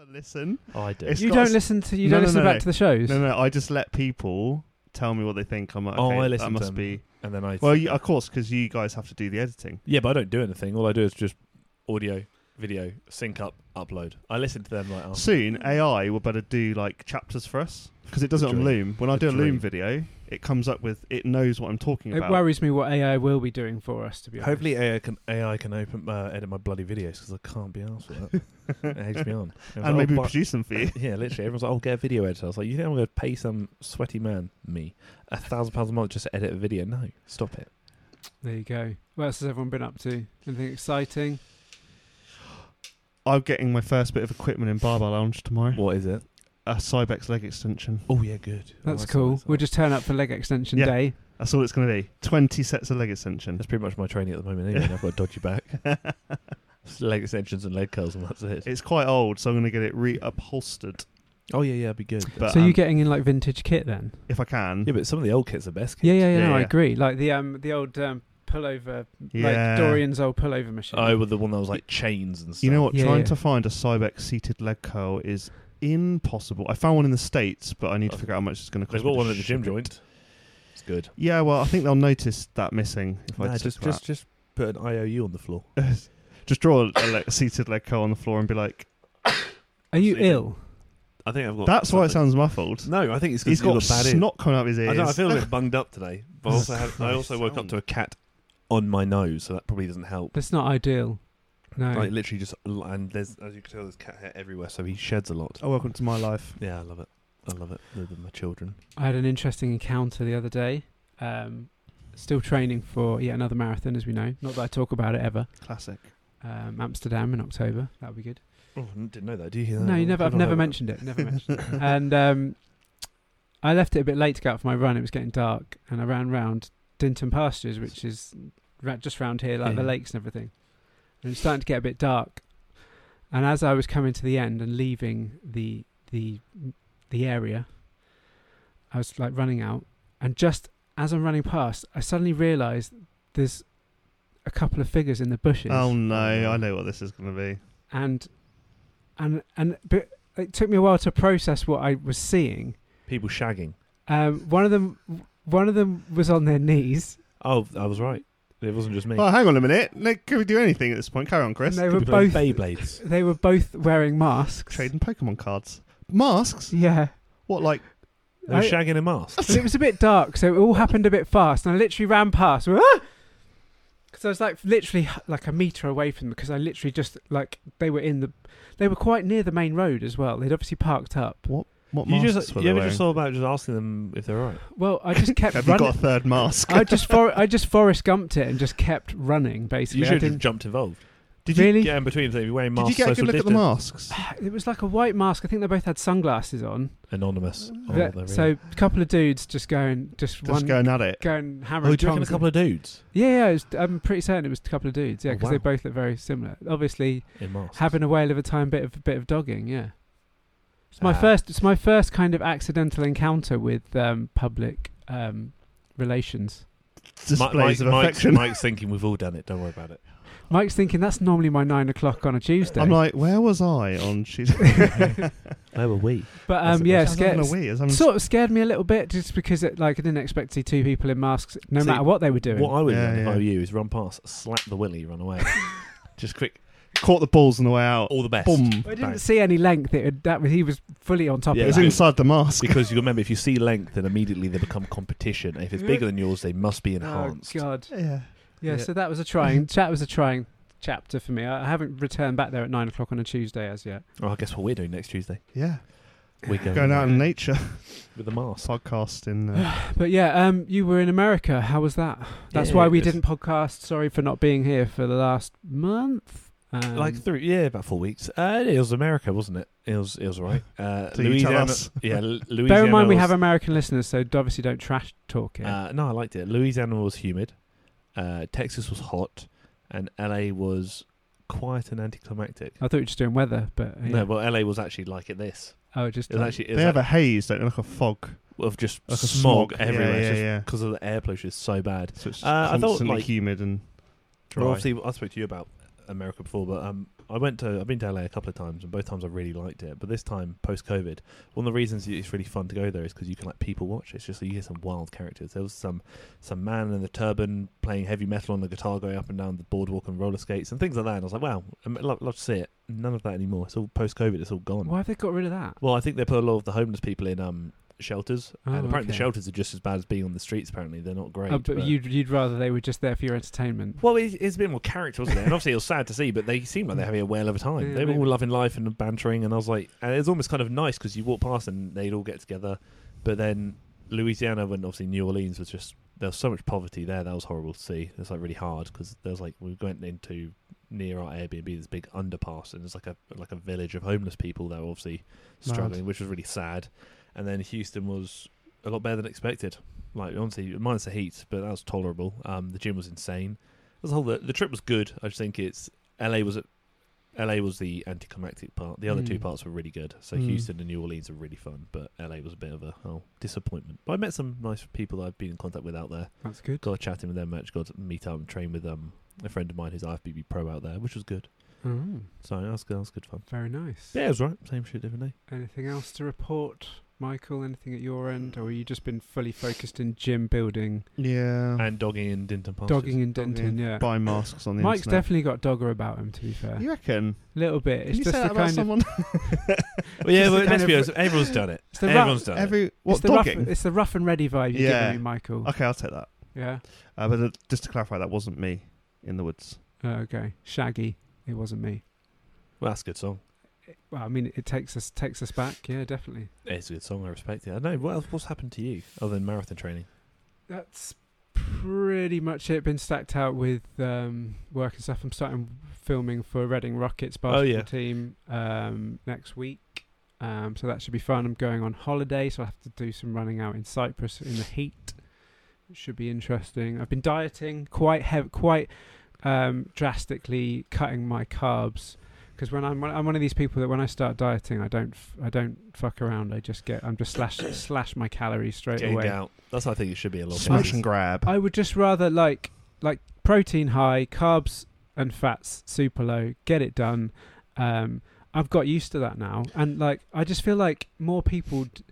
a listen. Oh, I do. It's you got don't s- listen to you No, don't no, listen no, back no. to the shows. No, no, I just let people tell me what they think. I'm like, Oh, okay, I listen that to must them. be. and then I. Well, you, of course, because you guys have to do the editing. yeah, but I don't do anything. All I do is just audio, video, sync up, upload. I listen to them like. after. Soon, AI will better do like chapters for us because it does The it on dream. Loom. When I The do a Loom dream. video, it comes up with it knows what I'm talking It about. worries me what AI will be doing for us. To be honest. Hopefully AI can AI can open uh, edit my bloody videos because I can't be asked for that. it eggs me on. Everyone's and like, maybe "Oh, but- produce them for you. yeah, literally, everyone's like, "I'll get a video editor." I was like, "You think I'm going to pay some sweaty man me a thousand pounds a month just to edit a video? No, stop it." there you go. What else has everyone been up to? Anything exciting? Oh, I'm getting my first bit of equipment in Barber Lounge tomorrow. What is it? A Cybex leg extension. Oh yeah, good. Oh, That's I saw- I cool. saw. We'll just turn up for leg extension Yeah. day. That's all it's going to be. 20 sets of leg extension. That's pretty much my training at the moment. Anyway, I've got a dodgy back, It's leg extensions and leg curls, and that's it. it's quite old, so I'm going to get it reupholstered. oh yeah, yeah, it'd be good. But so um, you're getting in like vintage kit then? if I can, yeah, but some of the old kits are best. Kits. Yeah, yeah, yeah. Yeah, no, I yeah. agree. Like the um the old um pullover, Yeah. like Dorian's old pullover machine. Oh, with the one that was like chains and stuff. You know what? Yeah, trying yeah. to find a Cybex seated leg curl is impossible. I found one in the states, but I need to Oh. figure out how much it's going to cost. They've got me to one at the ship gym it. joint. It's good. Yeah, well, I think they'll notice that missing if I Nah, just just, just, just put an IOU on the floor. just draw a, a le- seated leg curl on the floor and be like, Are you Sleeping. ill? I think I've got. "That's why it something- sounds muffled." No, I think it's 'cause He's you've got bad ears. snot coming out of his ears. I, don't know, I feel a bit bunged up today, but I also had, I Christ, also woke up to sound. a cat on my nose, so that probably doesn't help. That's not ideal. No. Like literally just and there's as you can tell there's cat hair everywhere, so he sheds a lot. oh, welcome to my life. Yeah, I love it. I love it. They're the- my children. I had an interesting encounter the other day. Um, still training for yet another marathon, as we know. Not that I talk about it ever. Classic. Um, Amsterdam in October. That would be good. Oh, I didn't know that. Do you hear that? No, you never. I I've don't never know. mentioned it. Never mentioned it. And um, I left it a bit late to go out for my run. It was getting dark, and I ran round Dinton Pastures, which is ra- just round here, like the Yeah. lakes and everything. And it was starting to get a bit dark. And as I was coming to the end and leaving the the the area, I was like running out, and just as I'm running past, I suddenly realised there's a couple of figures in the bushes Oh no, I know what this is going to be. and and and but it took me a while to process what I was seeing. People shagging. Um, one of them, one of them was on their knees, Oh, I was right. It wasn't just me. Oh, hang on a minute. No, Can we do anything at this point? Carry on, and Chris. they were People playing both Beyblades. they were both wearing masks. Trading Pokemon cards, masks. Yeah, What like? They were I- shagging a mask. and it was a bit dark, so it all happened a bit fast, and I literally ran past. Because I was like literally like a meter away from them, because I literally just like they were in the, they were quite near the main road as well. They'd obviously parked up. What You masks just were you they ever wearing? just thought about just asking them if they're all right? Well, I just kept Have you running. got a third mask? I just for, I just Forrest Gumped it and just kept running. Basically, You I should have didn't jumped involved. Did really. Yeah, in between, so you're wearing Did masks. you get a social good look at the distance. masks? It was like a white mask. I think they both had sunglasses on. Anonymous. Oh, That- they're so really- a couple of dudes just going, just, one Just going at it. going hammer. oh, do you reckon a couple of dudes yeah, yeah. It was, I'm pretty certain it was a couple of dudes. Yeah, Oh, because wow. they both look very similar. Obviously, in masks? having a whale of a time, bit of bit of dogging. Yeah, it's my Ah. first. It's my first kind of accidental encounter with um, public um, relations. Mi- Displays Mike- of Mike's- affection. Mike's thinking we've all done it. Don't worry about it. Mike's thinking that's normally my nine o'clock on a Tuesday. I'm like, where was I on Tuesday? Where were we? but that's um, it, yeah, I'm that's not scared, gonna wee, as I'm sort of scared me a little bit just because it, like I didn't expect to see two people in masks, no See, matter what they were doing. What I would Yeah, do if I yeah. were you is run past, slap the willy, run away. Just quick, caught the balls on the way out. all the best. Boom. I didn't Bang. see any length. It had, that was- he was fully on top Yeah, It of was that. in- inside the mask. Because you remember, if you see length, then immediately they become competition. And if it's bigger than yours, they must be oh enhanced. god! Yeah. Yeah, Yeah. So that was a trying. That was a trying chapter for me. I, I haven't returned back there at nine o'clock on a Tuesday as yet. oh, I guess what we're doing next Tuesday, Yeah. we're going, Going out in nature. with the mask. Podcast in uh, But yeah, um, you were in America. How was that? That's Yeah, why it we was- didn't podcast. Sorry for not being here for the last month. Um, like through yeah about four weeks uh, it was america wasn't it it was it was all right uh So you tell us. yeah L- louisiana bear in mind we was- have American listeners, so obviously don't trash talk it. Uh, no, I liked it. Louisiana was humid, uh, Texas was hot, and LA was quiet and anticlimactic. I thought you were just doing weather, but uh, yeah. No, well, LA was actually like it. This oh, just it was like- actually it Oh, They was have a like, haze, don't they? Like a fog. of just Like a smog, smog. Yeah, everywhere yeah, yeah. because of the air pollution is so bad. So it's Uh, I thought, constantly like- humid and dry. Well, obviously, I spoke to you about America before, but um, I went to I've been to LA a couple of times, and both times I really liked it. But this time, post COVID, one of the reasons it's really fun to go there is because you can like people watch. It's just you hear some wild characters. There was some some man in the turban playing heavy metal on the guitar, going up and down the boardwalk and roller skates and things like that. And I was like, wow, I'd love, love to see it. None of that anymore. It's all post COVID. It's all gone. Why have they got rid of that? Well, I think they put a lot of the homeless people in um shelters, Oh, and apparently the okay. shelters are just as bad as being on the streets. Apparently, they're not great. Oh, but you'd you'd rather they were just there for your entertainment. Well, it, it's a bit more character, wasn't it? And obviously, it was sad to see, but they seemed like they're having a whale of a time. Yeah, they were maybe. all loving life and bantering, and I was like, and it was almost kind of nice because you walk past and they'd all get together. But then Louisiana, when obviously New Orleans was just there was so much poverty there that was horrible to see. It's like really hard because there was like we went into near our Airbnb this big underpass, and there's like a like a village of homeless people that were obviously Mad. struggling, which was really sad. And then Houston was a lot better than expected. Like honestly, minus the heat, but that was tolerable. Um, the gym was insane. As a whole, the, the trip was good. I just think it's LA was LA was the anticlimactic part. The other two Mm. parts were really good. So Mm. Houston and New Orleans are really fun, but LA was a bit of a oh, disappointment. But I met some nice people that I've been in contact with out there. That's good. Got chatting with them, actually got to meet up and train with um, a friend of mine who's IFBB pro out there, which was good. Oh, So that was good, that was good fun. very nice. Yeah, it was right. Same shit, different day. Anything else to report, Michael? Anything at your end, or have you just been fully focused in gym building, Yeah. And dogging in Dinton Park. Hmm. dogging and denting? Yeah. uh, Buy masks on the Mike's internet. definitely got dogger about him. To be fair, You reckon? a little bit. Can it's you just say the that about kind of someone? Well, yeah, but It's the kind let's of- be honest, everyone's done it. it's the Everyone's rough, done it. Every it's what the rough, dogging? it's the rough and ready vibe you're Yeah. giving me, Michael. Okay, I'll take that. Yeah. Uh, but uh, just to clarify, that wasn't me in the woods. Oh, okay. Shaggy. It wasn't me. Well, that's a good song. It- well, I mean, it takes us takes us back. Yeah, definitely. It's a good song. I respect it. I know. What else, what's happened to you other than marathon training? That's pretty much it. Been stacked out with um, work and stuff. I'm starting filming for Reading Rockets basketball Oh, yeah. team um, next week. Um, so that should be fun. I'm going on holiday, so I have to do some running out in Cyprus in the heat. It should be interesting. I've been dieting quite hev- quite um, drastically, cutting my carbs because when I'm I'm one of these people that when I start dieting, I don't f- I don't fuck around. I just get I'm just slash slash my calories straight Gained away. out. That's how I think it should be a lot. of Smash people. and grab. I would just rather like like protein high, carbs and fats super low. Get it done. Um, I've got used to that now, and like I just feel like more people d-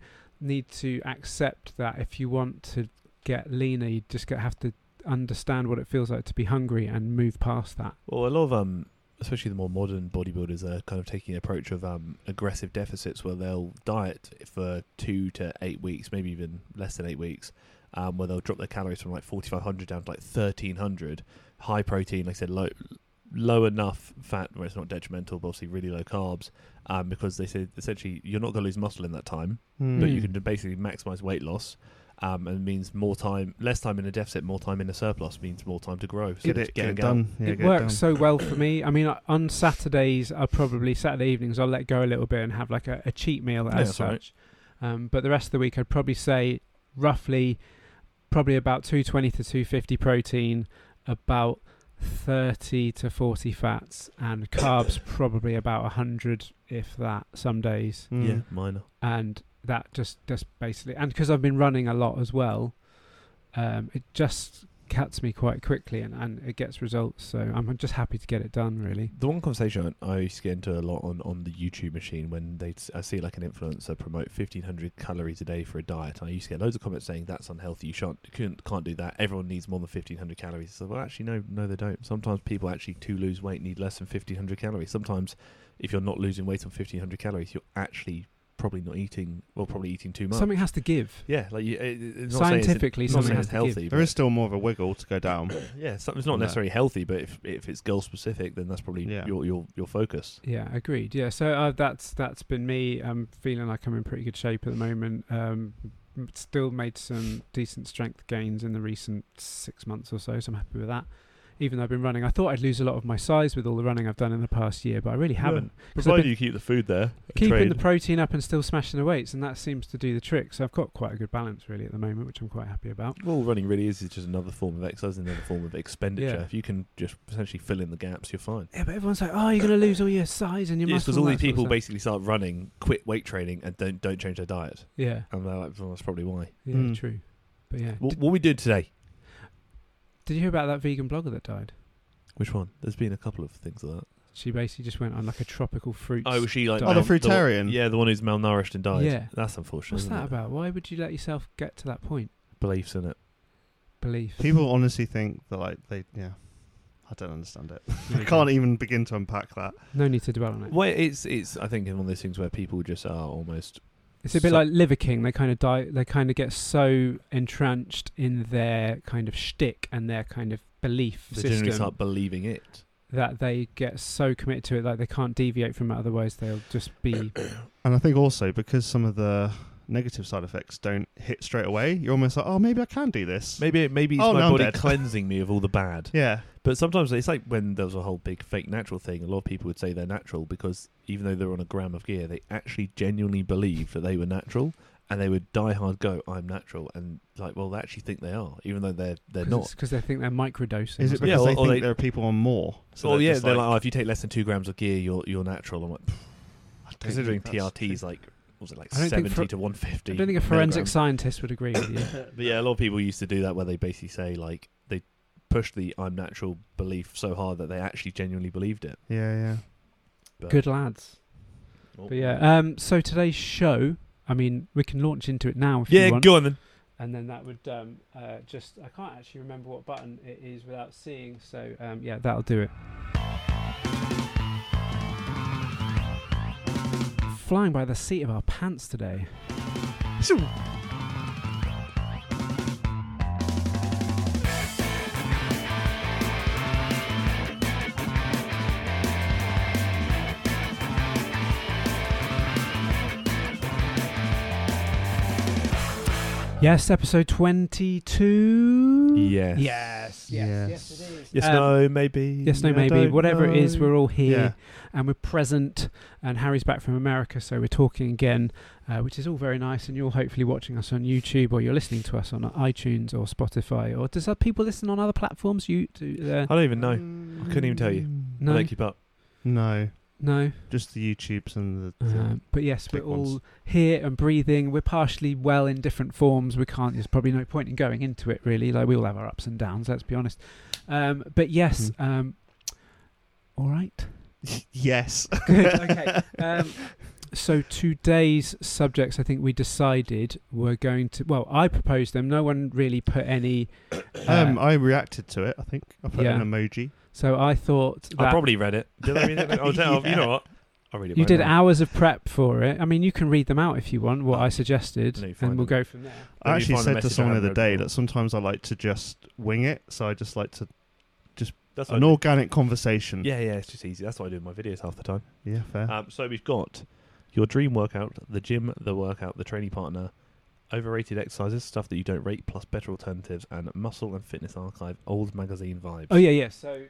need to accept that if you want to get leaner, you just get, have to understand what it feels like to be hungry and move past that. Well, a lot of um, especially the more modern bodybuilders are kind of taking an approach of um aggressive deficits where they'll diet for two to eight weeks, maybe even less than eight weeks, um, where they'll drop their calories from like forty five hundred down to like thirteen hundred, high protein, like I said, low. Low enough fat where it's not detrimental, but obviously really low carbs, um, because they said essentially you're not going to lose muscle in that time. Hmm. but you Mm. can basically maximize weight loss um, and means more time less time in a deficit more time in a surplus means more time to grow so get it's it, get it getting out. done. Yeah, it get works It so well for me. I mean, I- on Saturdays, I probably Saturday evenings I'll let go a little bit and have like a, a cheat meal Yeah, as that's all right. such. Um, but the rest of the week, I'd probably say roughly, probably about two twenty to two fifty protein, about thirty to forty fats, and carbs probably about hundred if that. Some days done. yeah minor and that just just basically and because I've been running a lot as well, um, it just cuts me quite quickly and, and it gets results. So I'm just happy to get it done. Really, the one conversation I used to get into a lot on, on the YouTube machine when they I see like an influencer promote fifteen hundred calories a day for a diet. I used to get loads of comments saying that's unhealthy. You shan't, couldn't, can't do that. Everyone needs more than fifteen hundred calories. So well, actually, no, no, they don't. Sometimes people actually to lose weight need less than fifteen hundred calories. Sometimes if you're not losing weight on fifteen hundred calories, you're actually probably not eating or probably eating too much. something has to give. Yeah, like you, it, it's not saying it's- Scientifically, it's not something saying has it's to give. healthy. There is still more of a wiggle to go down. but- yeah, something- it's not No. necessarily healthy, but if if it's goal specific, then that's probably Yeah. your your your focus. Yeah, agreed. Yeah, so uh, that's that's been me. I'm feeling like I'm in pretty good shape at the moment. Um, m- still made some decent strength gains in the recent six months or so, so I'm happy with that. Even though I've been running, I thought I'd lose a lot of my size with all the running I've done in the past year, but I really haven't. 'Cause I've been- Provided you keep the food there, keeping the protein up and still smashing the weights, and that seems to do the trick. So I've got quite a good balance really at the moment, which I'm quite happy about. well, running really is just another form of exercise, another form of expenditure. Yeah. If you can just essentially fill in the gaps, you're fine. Yeah, but everyone's like, "Oh, you're going to lose all your size and your Yes, muscle." because all and these that people sort of basically start running, quit weight training, and don't don't change their diet, stuff." yeah, and they're like, well, that's probably why. yeah, Mm. true. But yeah, What, did, what we did today? did you hear about that vegan blogger that died? Which one? There's been a couple of things like that. She basically just went on like a tropical fruit. Oh, was she like Oh, Oh, the the mal- one- fruitarian. yeah, the one who's malnourished and died. Yeah. that's unfortunate. What's isn't that it? about? Why would you let yourself get to that point? Beliefs in it. Belief. People honestly think that like they yeah. I don't understand it. I No, can't e-, even begin to unpack that. No need to dwell on it. Well, it's it's I think one of those things where people just are almost It's a bit So- like Liver King. They kind of die. They kind of get so entrenched in their kind of shtick and their kind of belief they generally system start believing it. that they get so committed to it that they can't deviate from it. Otherwise, they'll just be. And I think also because some of the negative side effects don't hit straight away, you're almost like, oh, maybe I can do this. Maybe maybe it's Oh, my no, I'm body dead. cleansing me of all the bad. Yeah. But sometimes it's like when there was a whole big fake natural thing. A lot of people would say they're natural because even though they're on a gram of gear, they actually genuinely believe that they were natural, and they would die hard go, "I'm natural," and like, well, they actually think they are, even though they're they're not. because they think they're microdosing. Is or it because something. Yeah, or- they or think they- there are people on more? So they're yeah, just they're like, oh, if you take less than two grams of gear, you're you're natural. I'm like, "Pff, considering think that's TRT is true. like, what was it like I don't think seventy for- to one fifty? I don't think a forensic scientist would agree with you. but yeah, a lot of people used to do that where they basically say like they pushed the "I'm natural" belief so hard that they actually genuinely believed it. Yeah, yeah. But, Good lads. Oh. But yeah. Um. So today's show. I mean, we can launch into it now if yeah, you want. go on then. and then that would um, uh, just I can't actually remember what button it is without seeing. So um, yeah, that'll do it. Flying by the seat of our pants today. Yes, episode twenty-two. Yes. Yes. Yes. Yes, Yes. it is. Yes, Um, no, maybe. Yes, no, I maybe. don't Whatever it is, know. we're all here Yeah. and we're present. And Harry's back from America, so we're talking again, uh, which is all very nice. And you're hopefully watching us on YouTube or you're listening to us on iTunes or Spotify. Or does other people listen on other platforms? You do, uh, I don't even know. I couldn't even tell you. No. I don't keep up. Hmm. No. no. Just the YouTubes and the. the Uh, Um, but yes, we're big ones. all here and breathing. We're partially well in different forms. We can't. There's probably no point in going into it really. Like we all have our ups and downs. Let's be honest. Um, but yes. Mm-hmm. Um, all right. yes. Good. Okay. Um, so today's subjects, I think we decided were going to. Well, I proposed them. No one really put any. Um, um, I reacted to it. I think I put yeah. an emoji. so I thought that I probably read it. Did I read it? I'll tell oh, you know what. I read it. you by did now. hours of prep for it. I mean, you can read them out if you want. What I suggested, No, fine and we'll then. go from there. I Let me actually find the said to message I someone the haven't other read day before. that sometimes I like to just wing it. So I just like to That's what an I do. organic conversation. Yeah, yeah, it's just easy. That's what I do in my videos half the time. Yeah, fair. Um, so we've got your dream workout, the gym, the workout, the training partner, overrated exercises, stuff that you don't rate, plus better alternatives, and muscle and fitness archive, old magazine vibes. Oh yeah, yeah. So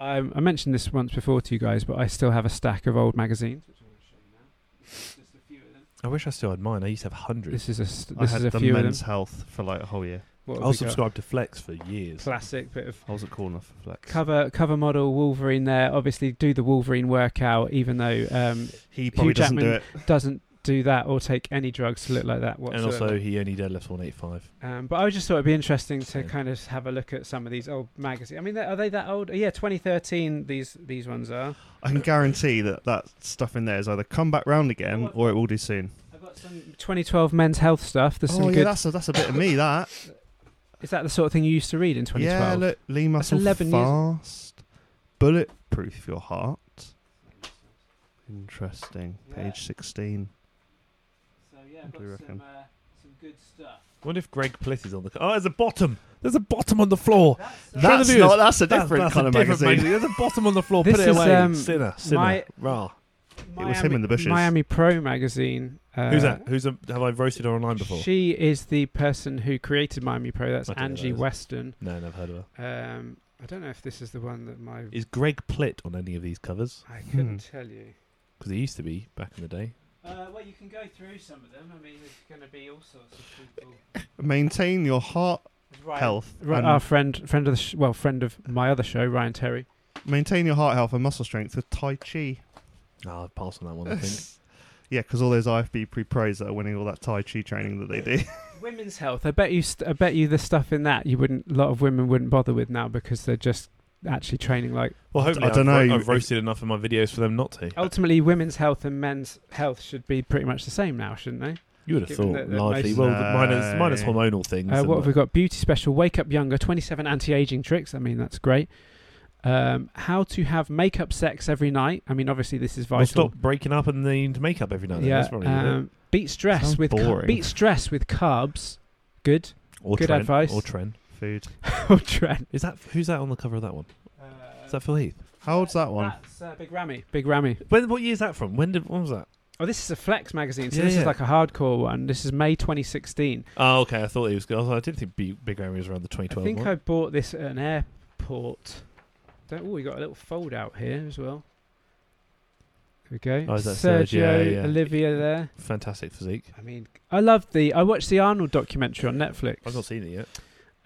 um, I mentioned this once before to you guys, but I still have a stack of old magazines. Which I'm going to show you now. Just a few of them. I wish I still had mine. I used to have hundreds. This is a st- I this had is a the few of them. men's health for like a whole year. What have I was we got? subscribed to Flex for years. Classic bit of I wasn't cool enough for flex. cover cover model Wolverine. There, obviously, do the Wolverine workout, even though um, he probably doesn't do Jackman- it. doesn't do that or take any drugs to look like that And whatsoever. also, he only deadlifts 185. um, but I just thought it'd be interesting to Yeah. kind of have a look at some of these old magazines. I mean, are they that old? Yeah, 2013. These these ones are. I can guarantee that that stuff in there is either come back round again or it will do soon. I've got some 2012 men's health stuff. There's Oh some yeah, good. that's a, that's a bit of me. That Is that the sort of thing you used to read in yeah, 2012? look, lean That's muscle 11 years- fast, bulletproof your heart. Interesting. Yeah. Page sixteen. so yeah, What do you reckon? uh, some good stuff. I wonder if Greg Plitt is on the. Oh, there's a bottom. There's a bottom on Oh, the floor. That's, uh, That- That's That's not. That's a That's- different that's a kind of different magazine. There's a bottom on the floor. This Put it is, away. um, sinner, sinner, my- rah. It was him in the bushes. Miami Pro magazine. Uh, Who's that? Who's a, have I roasted her online before? She is the person who created Miami Pro. That's I don't know Angie that is. Weston. no, never heard of her. Um, I don't know if this is the one that my Is Greg Plitt on any of these covers? I Hmm. couldn't tell you. Because he used to be back in the day. Uh, well, you can go through some of them. I mean, there's going to be all sorts of people. Maintain your heart health. Right, and our friend, friend of the sh- well, friend of my other show, Ryan Terry. maintain your heart health and muscle strength with Tai Chi. No, I'll pass Ah, on that one, I think. Yeah, because all those IFB pre pros that are winning all that Tai Chi training that they do. Women's health. I bet you. St- I bet you the stuff in that you wouldn't. A lot of women wouldn't bother with now because they're just actually training. Like Well, I d- hopefully, I I dunno have if- roasted enough of my videos for them not to. ultimately, women's health and men's health should be pretty much the same now, shouldn't they? you would have given thought that- that largely. most- Well, the minus, No. minus hormonal things. Uh, and what have we like- got? Beauty special, wake up younger, 27 anti aging tricks. I mean, that's great. Um, how to have makeup sex every night. I mean, obviously, this is Well, vital. stop breaking up and need makeup every now and then. yeah. That's probably good. Um, beat stress Sounds with cu- boring. beat stress with carbs. Good. Or good Tren, advice. Or Tren. Food. oh, Trent. Is that who's that on the cover of that one? Uh, Is that Phil Heath? How old's that one? That's uh, Big Rammy. Big Rammy. When, what year is that from? When did when was that? Oh, this is a Flex magazine. So Yeah, this yeah. is like a hardcore one. This is May 2016. Oh, okay. I thought he was. I, was- I didn't think Big, Big Amy was around the I 2012. think one. I bought this at an airport. Don't, oh, we got a little fold out here as well. There we go. Oh, is that Sergio, Sergio? Yeah, yeah. Olivia there. Fantastic physique. I mean, I love the. I watched the Arnold documentary on Netflix. I've not seen it yet.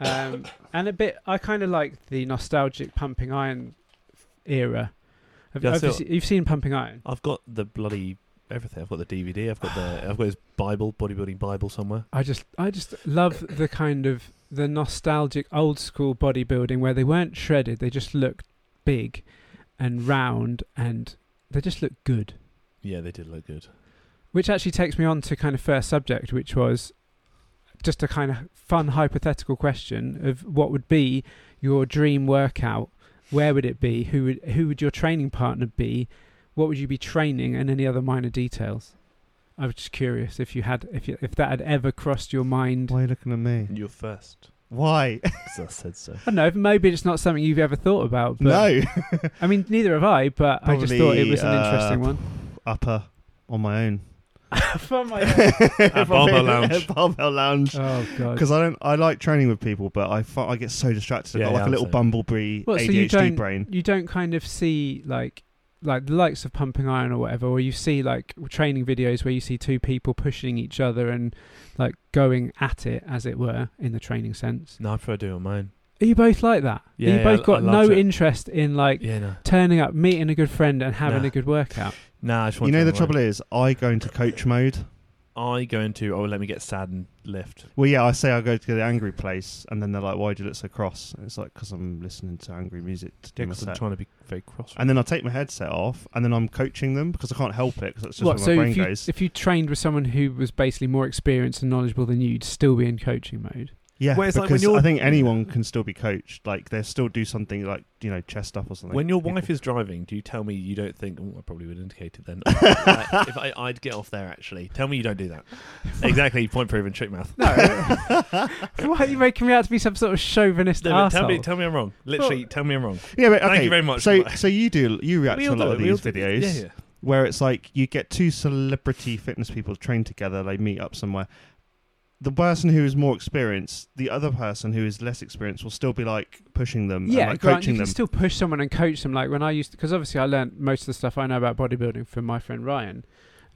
Um, and a bit, I kind of like the nostalgic Pumping Iron era. Have, Yeah, I have you saw- se- you've seen Pumping Iron? I've got the bloody everything. I've got the DVD. I've got the. I've got his Bible, bodybuilding Bible somewhere. I just, I just love the kind of the nostalgic old school bodybuilding where they weren't shredded; they just looked big and round, and they just looked good. Yeah, they did look good. Which actually takes me on to kind of first subject, which was just a kind of fun hypothetical question of what would be your dream workout? Where would it be? Who would who would your training partner be? What would you be training, and any other minor details? I was just curious if you had if you, if that had ever crossed your mind. I Why are you looking at me? You're first. Why? 'Cause I said so. don't know. Maybe it's not something you've ever thought about. But no. I mean, neither have I. But I just thought it Probably, was an interesting uh, one. Upper on my own. From my At Barbell Lounge. Barbell Lounge. oh god. Because I don't, I like training with people, but I fi- I get so distracted. I've Yeah, got yeah, like I'm a little the same. bumblebee Well, so you ADHD don't- brain. you don't kind of see like like the likes of pumping iron or whatever or you see like training videos where you see two people pushing each other and like going at it as it were in the training sense No, I prefer doing mine. are you both like that Yeah, you yeah, both I- I got no loved it. interest in like Yeah, no. turning up meeting a good friend and having Nah. a good workout Nah, I just want You to know the do trouble mine. is, I go into coach mode. I go into oh, let me get sad and lift. Well, yeah, I say I go to the angry place, and then they're like, "Why do you look so cross?" And it's like, "Cause I'm listening to angry music to do Yeah, my 'cause I'm set." trying to be very cross. And then I take my headset off, and then I'm coaching them because I can't help it because that's just what where so my brain if you, goes. if you trained with someone who was basically more experienced and knowledgeable than you you'd still be in coaching mode yeah, Well, it's because like when you're- I think anyone can still be coached. Like they still do something like you know chest up or something. When your People- wife is driving, do you tell me you don't think? Oh, I probably would indicate it then. Like, if I, I'd get off there, actually, tell me you don't do that. exactly, point proven, trick mouth. no why are you making me out to be some sort of chauvinist No, but tell me, arsehole? tell me I'm wrong. Literally, tell me I'm wrong. yeah, but, okay, Thank you very much. So, so you do you react We to a all lot do of it, we all these do it. videos Yeah, yeah. where it's like you get two celebrity fitness people trained together, they meet up somewhere. The person who is more experienced, the other person who is less experienced, will still be like pushing them, yeah, and, like Grant, coaching you them. can still push someone and coach them. Like when I used, because obviously I learned most of the stuff I know about bodybuilding from my friend Ryan,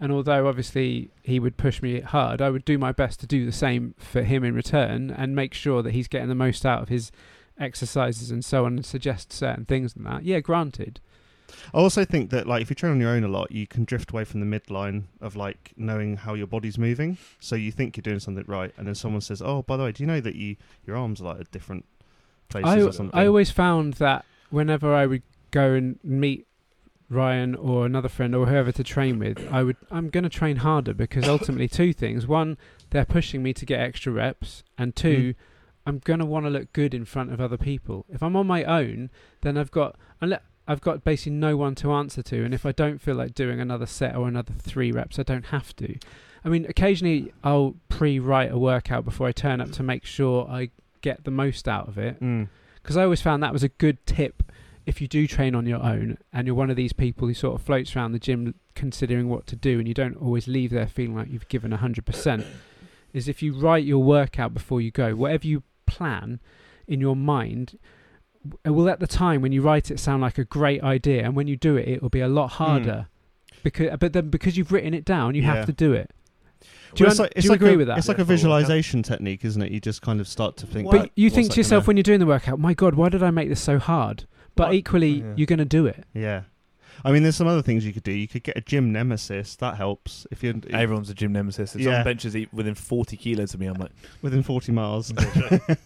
and although obviously he would push me hard, I would do my best to do the same for him in return and make sure that he's getting the most out of his exercises and so on, and suggest certain things and that. Yeah, granted. I also think that like if you train on your own a lot, you can drift away from the midline of like knowing how your body's moving. So you think you're doing something right, and then someone says, "Oh, by the way, do you know that you your arms are like at different places I, or something?" I always found that whenever I would go and meet Ryan or another friend or whoever to train with, I would I'm going to train harder because ultimately two things: one, they're pushing me to get extra reps, and two, Hmm. I'm going to want to look good in front of other people. If I'm on my own, then I've got unle- I've got basically no one to answer to, and if I don't feel like doing another set or another three reps, I don't have to. I mean, occasionally I'll pre-write a workout before I turn up to make sure I get the most out of it Mm. because I always found that was a good tip if you do train on your own and you're one of these people who sort of floats around the gym considering what to do and you don't always leave there feeling like you've given 100% is if you write your workout before you go whatever you plan in your mind w- it will at the time when you write it sound like a great idea and when you do it it will be a lot harder because but then because you've written it down you Hmm. Yeah. have to do it Well, do you, it's un- like- do it's you like agree a- with that It's like a Yeah, for a workout. visualization technique, isn't it? You just kind of start to think. But like, but you what's think that to yourself gonna- when you're doing the workout my god why did i make this so hard but What? equally Yeah. you're going to do it Yeah. I mean, there's some other things you could do. You could get a gym nemesis. That helps if you're Everyone's a gym nemesis. If Yeah. someone benches e- within 40 kilos of me, I'm like, within 40 miles. I, get,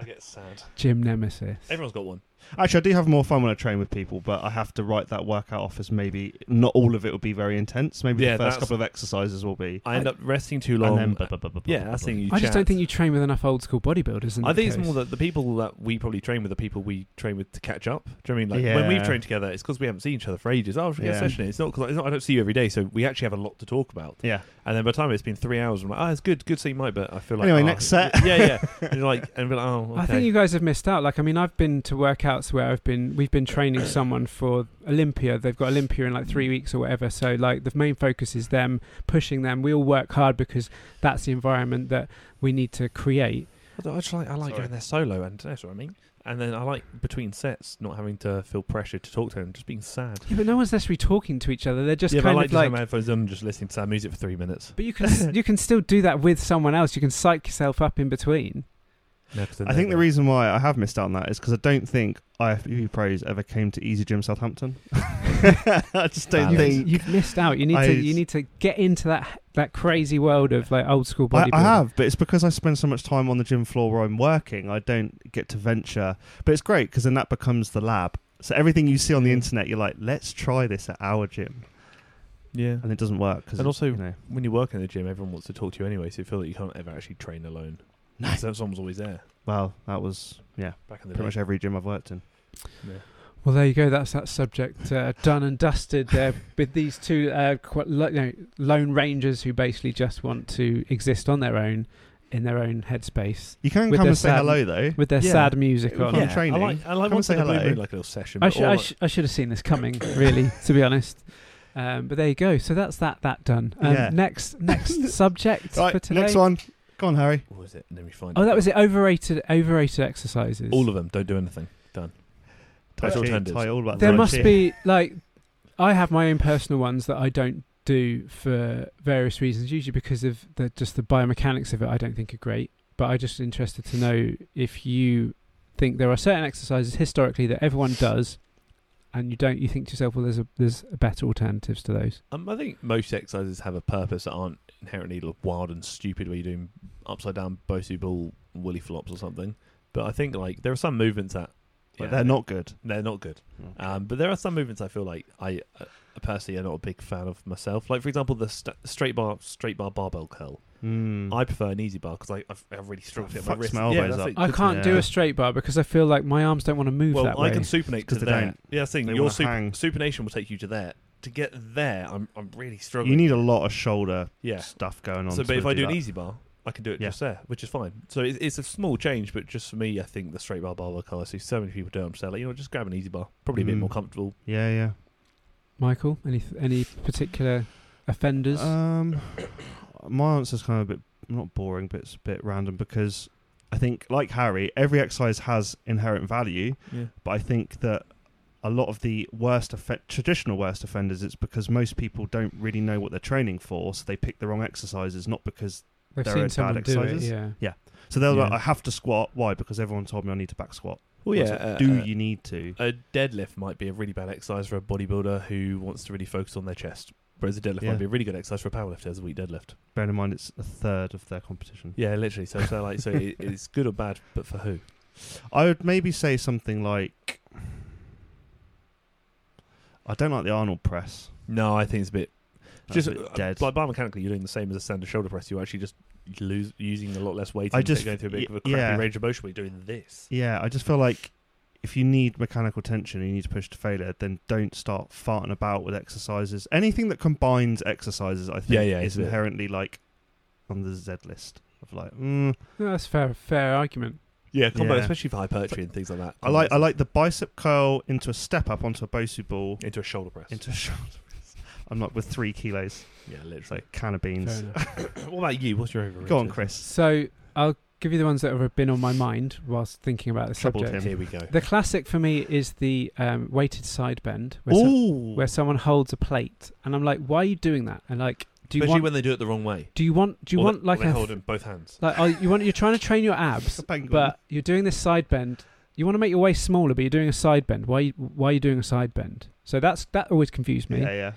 I get sad. Jim Nemesis. Everyone's got one. Actually, I do have more fun when I train with people, but I have to write that workout off as maybe not all of it will be very intense. Maybe Yeah, the first that's- couple of exercises will be. I end up resting too and long. then bu- bu- bu- bu- bu- yeah, that's the thing. You I just chat. don't think you train with enough old school bodybuilders. In I that think it's case. more that the people that we probably train with are people we train with to catch up. Do you know what I mean like when we've Yeah. trained together? It's because we haven't seen each other for ages. Oh, should we get a Yeah. session. in? It's not because it's not. I don't see you every day, so we actually have a lot to talk about. Yeah. And then by the time it's been three hours, I'm like, oh, it's good, good seeing Mike, but I feel like Anyway, oh, next set. Yeah, yeah. and you're like, and be like, oh, okay. I think you guys have missed out. Like, I mean, I've been to workouts where I've been, we've been training someone for Olympia. They've got Olympia in like three weeks or whatever. So, like, the main focus is them pushing them. We all work hard because that's the environment that we need to create. I don't- I just like, I like Sorry. going there solo, and that's what I mean. And then I like between sets, not having to feel pressure to talk to him, just being sad. Yeah, but no one's necessarily talking to each other. They're just yeah, but I kind like of just like. having my headphones on and just listening to sad music for three minutes. but you can s- you can still do that with someone else. You can psych yourself up in between. No, 'cause then I think the they're- reason why I have missed out on that is because I don't think IFBB pros ever came to Easy Gym Southampton. I just don't Valid. think. You've missed out. You need I- to you need to get into that that crazy world of like old school I, bodybuilding. I have, but it's because I spend so much time on the gym floor where I'm working. I don't get to venture, but it's great because then that becomes the lab. So everything you see on the internet, you're like, let's try this at our gym, Yeah. and it doesn't work. 'cause And also- you know, When you work in the gym, everyone wants to talk to you anyway, so you feel like you can't ever actually train alone. No. So someone's always there. well, that was yeah, Back in the pretty much day. every gym I've worked in. Yeah. Well, there you go. That's that subject uh, done and dusted there with these two uh, qu- lo- you know, lone rangers who basically just want to exist on their own in their own headspace You can With come their and say sad- hello though. with their Yeah. sad music on. Yeah. training. I like, I like Come once and say in a blue hello. moon, like a little session. I, but should, all I, like- sh- I should have seen this coming, really, to be honest. Um, but there you go. So that's that that done. Um, Yeah. Next next subject Right, for today. next one. Go on, Harry. what was it? Let me find Oh, that was it. Overrated overrated exercises. All of them. Don't do anything. Done. That's Tie- alternatives. tie all about there that. must Yeah. be like I have my own personal ones that I don't do for various reasons, usually because of the just the biomechanics of it. I don't think are great, but I just interested to know if you think there are certain exercises historically that everyone does, and you don't. You think to yourself, well, there's a there's a better alternatives to those. Um, I think most exercises have a purpose that aren't inherently l- wild and stupid, where you're doing upside down Bosu ball willy flops or something. But I think like there are some movements that But yeah, they're not good. they're not good. No. Um, but there are some movements I feel like I uh, personally am not a big fan of myself. Like for example, the st- straight bar straight bar barbell curl. Mm. I prefer an easy bar because I I've, I've really struggled to That get my fucks wrist. my yeah, elbows that's up. it. I 'Cause- can't do yeah. a straight bar because I feel like my arms don't want to move Well, that I way. can supinate to 'Cause they there. don't. Yeah, that's the thing. They Your wanna sup- hang. supination will take you to there. To get there, I'm I'm really struggling. You need a lot of shoulder yeah. stuff going on. So, to but if I do an that. easy bar, I can do it Yeah. just there, which is fine. So it's, it's a small change, but just for me, I think the straight bar barbell color. I see so many people do. it, I'm just like, you know, just grab an easy bar, probably a bit Mm. more comfortable. yeah, yeah. Michael, any any particular offenders? Um, my answer's kind of a bit not boring, but it's a bit random because I think, like Harry, every exercise has inherent value, Yeah. but I think that a lot of the worst offe- traditional worst offenders it's because most people don't really know what they're training for so they pick the wrong exercises not because They've there are seen bad someone do it. exercises? Yeah. so they're like Yeah. i have to squat why because everyone told me i need to back squat Well, I was yeah. like, uh, do uh, you need to A deadlift might be a really bad exercise for a bodybuilder who wants to really focus on their chest. Whereas a deadlift Yeah. might be a really good exercise for a powerlifter as a weak deadlift. bear in mind it's a third of their competition Yeah, literally. So, so like, so it, it's good or bad, but for who? I would maybe say something like I don't like the Arnold press. No, I think it's a bit That's just uh, a bit dead. Like biomechanically, you're doing the same as a standard shoulder press. You're actually just lose, using a lot less weight. I and just- going through a bit of a y- crappy yeah. range of motion. We're doing this. yeah, I just feel like if you need mechanical tension and you need to push to failure, then don't start farting about with exercises. Anything that combines exercises, I think, Yeah, yeah, is it's a bit- inherently like on the Z list of like. Mm, No, that's a fair fair argument. Yeah, combo, Yeah. especially for hypertrophy and things like that. I like I Combos like the bicep curl into a step up onto a Bosu ball into a shoulder press. into a shoulder. press. I'm not with three kilos, yeah, it's literally. like a can of beans. Fair enough. what about you? What's your overrated? Go on, Chris. So I'll give you the ones that have been on my mind whilst thinking about the Troubled subject. him. Here we go. The classic for me is the um, weighted side bend, where, so- Ooh, where someone holds a plate, and I'm like, "Why are you doing that?" And like, do you especially want? when they do it the wrong way. do you want? Do you Or want they, like or they a hold in both hands? like? Are, you want? You're trying to train your abs, A penguin. but you're doing this side bend. You want to make your waist smaller, but you're doing a side bend. Why? you- Why are you doing a side bend? So that's that always confused me. yeah, yeah.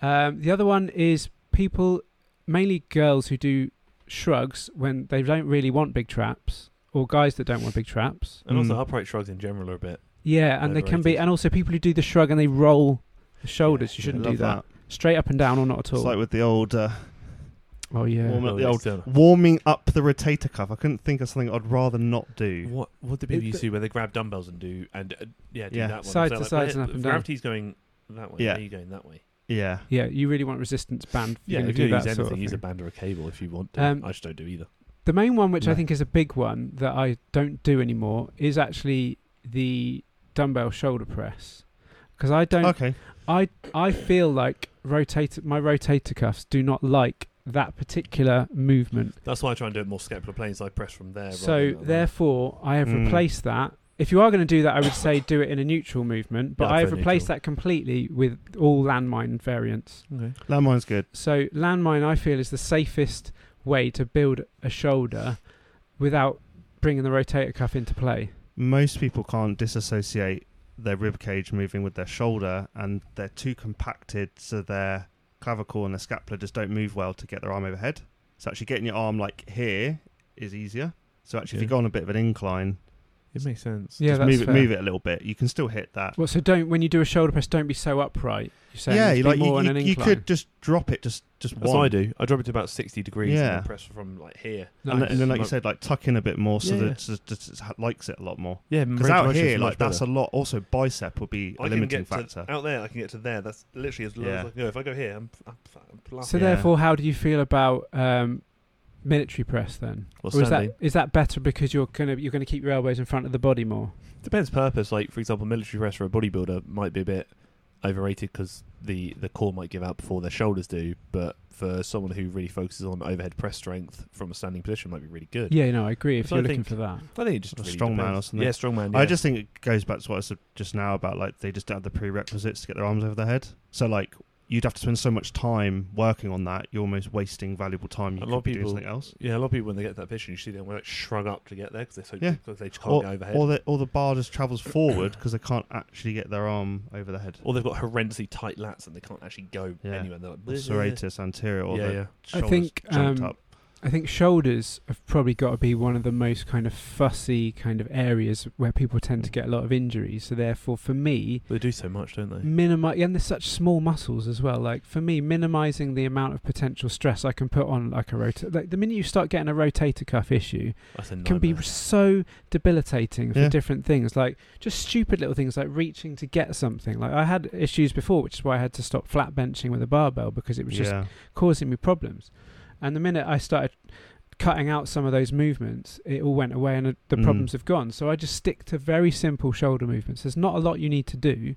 Um, the other one is people, mainly girls, who do shrugs when they don't really want big traps, or guys that don't want big traps. And also Mm. upright shrugs in general are a bit. Yeah, and they can be, Overrated. and also people who do the shrug and they roll the shoulders. you yeah, shouldn't Love do that. Straight up and down or not at all. It's like with the old uh, oh yeah. Warm up Oh, the old external. warming up the rotator cuff. I couldn't think of something I'd rather not do. What what did people It- used to do where they grab dumbbells and do and uh, yeah, do Yeah. that one. Side So, to like, sides where- and up and down. gravity's going that way. Yeah. Yeah, you going that way. Yeah, Yeah, you really want resistance band. Yeah, You're gonna if you do use that anything, sort of use a thing. band or a cable if you want to. Um, I just don't do either. The main one, which I No. think is a big one that I don't do anymore, is actually the dumbbell shoulder press. Because I don't, okay. I I feel like rotator my rotator cuffs do not like that particular movement. That's why I try and do it more scapular planes. I press from there. so therefore, I have Mm. replaced that. If you are going to do that, I would say do it in a neutral movement. But Yeah, I I'd have go replaced neutral. that completely with all landmine variants. okay. Landmine's good. So landmine, I feel, is the safest way to build a shoulder without bringing the rotator cuff into play. Most people can't disassociate their rib cage moving with their shoulder, and they're too compacted, so their clavicle and their scapula just don't move well to get their arm overhead. So actually, getting your arm like here is easier. So actually, if you Yeah. go on a bit of an incline, it makes sense. Yeah, just that's move it, fair. move it a little bit. You can still hit that. Well, so don't when you do a shoulder press, don't be so upright. You're saying yeah, be you like more you, on you, an you incline. could just drop it, just just That's one. what I do. I drop it to about sixty degrees and Yeah. then press from like here. And, Nice. then- and then, like you said, like tuck in a bit more, so Yeah. Mm, that it's just, just, just likes it a lot more. Yeah, Because out here, like that's a lot. Also, bicep would be a I can limiting get factor. to out there. I can get to there. That's literally as low Yeah. as I can go. If I go here, I'm, I'm, I'm So blasted. Yeah. therefore, how do you feel about um, military press then? Well, or is that standing. is that better because you're gonna you're gonna keep your elbows in front of the body more? Depends purpose. Like for example, military press for a bodybuilder might be a bit overrated because the the core might give out before their shoulders do. But for someone who really focuses on overhead press strength from a standing position, might be really good. Yeah, no, I agree. If So you're I looking think- for that, I think it just Or really strongman depends. or something. Yeah, strongman. I yeah. just think it goes back to what I said just now about like they just don't have the prerequisites to get their arms over their head. So like you'd have to spend so much time working on that, you're almost wasting valuable time. You A could lot of be doing people- something else, yeah, a lot of people when they get to that position, you see them like shrug up to get there because they're so Yeah. because they just can't or, get overhead, or or, the or the bar just travels forward because they can't actually get their arm over the head. they've got horrendously tight lats and they can't actually go Yeah. anywhere. And they're like The "Bleh." serratus anterior, or Yeah, the yeah. I shoulders think, jumped um, up. I think shoulders have probably got to be one of the most kind of fussy kind of areas where people tend to get a lot of injuries. So therefore, for me, But they do so much, don't Mm. they? minimize and there's such small muscles as well. Like for me, minimizing the amount of potential stress I can put on like a rotator. Like the minute you start getting a rotator cuff issue, That's a can be nightmare. so debilitating for Yeah. different things like just stupid little things like reaching to get something like i had issues before which is why i had to stop flat benching with a barbell because it was just yeah, causing me problems and the minute i started cutting out some of those movements it all went away and uh, the Mm. problems have gone so i just stick to very simple shoulder movements there's not a lot you need to do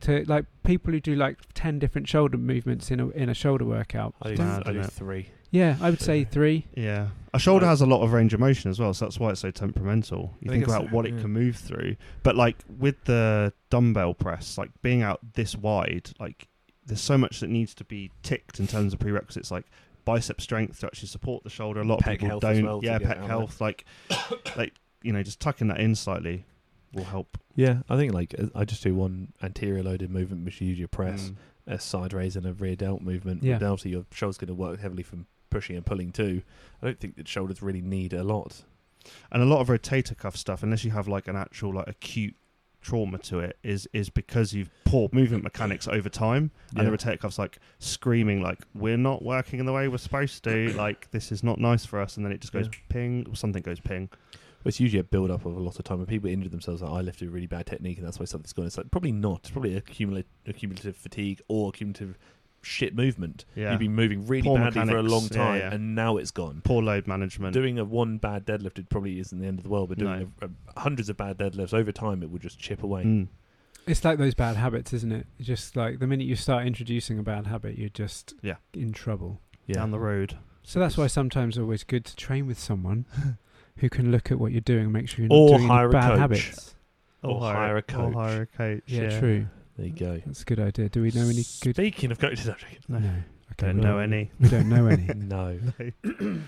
to like people who do like 10 different shoulder movements in a in a shoulder workout I do, Don't- mad, I do isn't it? three. yeah i would say 3 yeah. A shoulder Like- has a lot of range of motion as well, so that's why it's so temperamental. You think I think it's- about what it yeah. can move through, but like with the dumbbell press, like being out this wide, like there's so much that needs to be ticked in terms of prerequisites, like bicep strength to actually support the shoulder. A lot of Pec people health as don't. well to yeah, get it out pec there. health, like, like you know, just tucking that in slightly will help. Yeah, I think like uh, I just do one anterior loaded movement, which you use your press, Mm. a side raise, and a rear delt movement. Yeah. Yeah. Then obviously your shoulder's going to work heavily from pushing and pulling too. I don't think that shoulders really need a lot. and a lot of rotator cuff stuff, unless you have like an actual like acute trauma to it, is is because you've poor movement mechanics over time, and Yeah. the rotator cuff's like screaming like we're not working in the way we're supposed to, like this is not nice for us, and then it just goes Yeah. ping, or something goes ping. It's usually a build up of a lot of time. When people injure themselves, like I lifted a really bad technique, and that's why something's gone. It's like probably not. It's probably accumulative, accumulative fatigue or accumulative shit movement. Yeah, You've been moving really Poor badly for a mechanics. long Yeah, time, yeah. and now it's gone. poor load management. Doing a one bad deadlift it probably isn't the end of the world, but doing a, a- hundreds of bad deadlifts over time, it will just chip away. Mm. It's like those bad habits, isn't it? Just like the minute you start introducing a bad habit, you're just Yeah. in trouble. Yeah. down the road. So that's why sometimes it's always good to train with someone who can look at what you're doing and make sure you're not Or doing any hire a bad coach. habits. Or hire a Or coach. hire a coach. Yeah, true. There you go. That's a good idea. Do we know any good? Speaking of coaches, I'm joking. No, okay, Don't well, know any. We don't know any. no.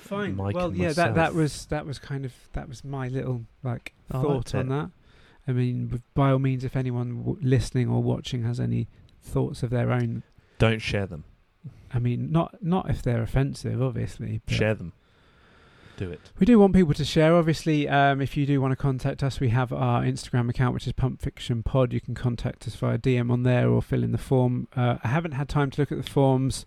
Fine. Mike well, and yeah, that, that myself. was that was kind of that was my little like I liked thought on it. that. I mean, b- by all means, if anyone w- listening or watching has any thoughts of their own, Don't share them. I mean, not not if they're offensive, obviously. but- Share them. Do it. We do want people to share. Obviously, um, if you do want to contact us, we have our Instagram account, which is Pump Fiction Pod. You can contact us via DM on there or fill in the form. Uh, I haven't had time to look at the forms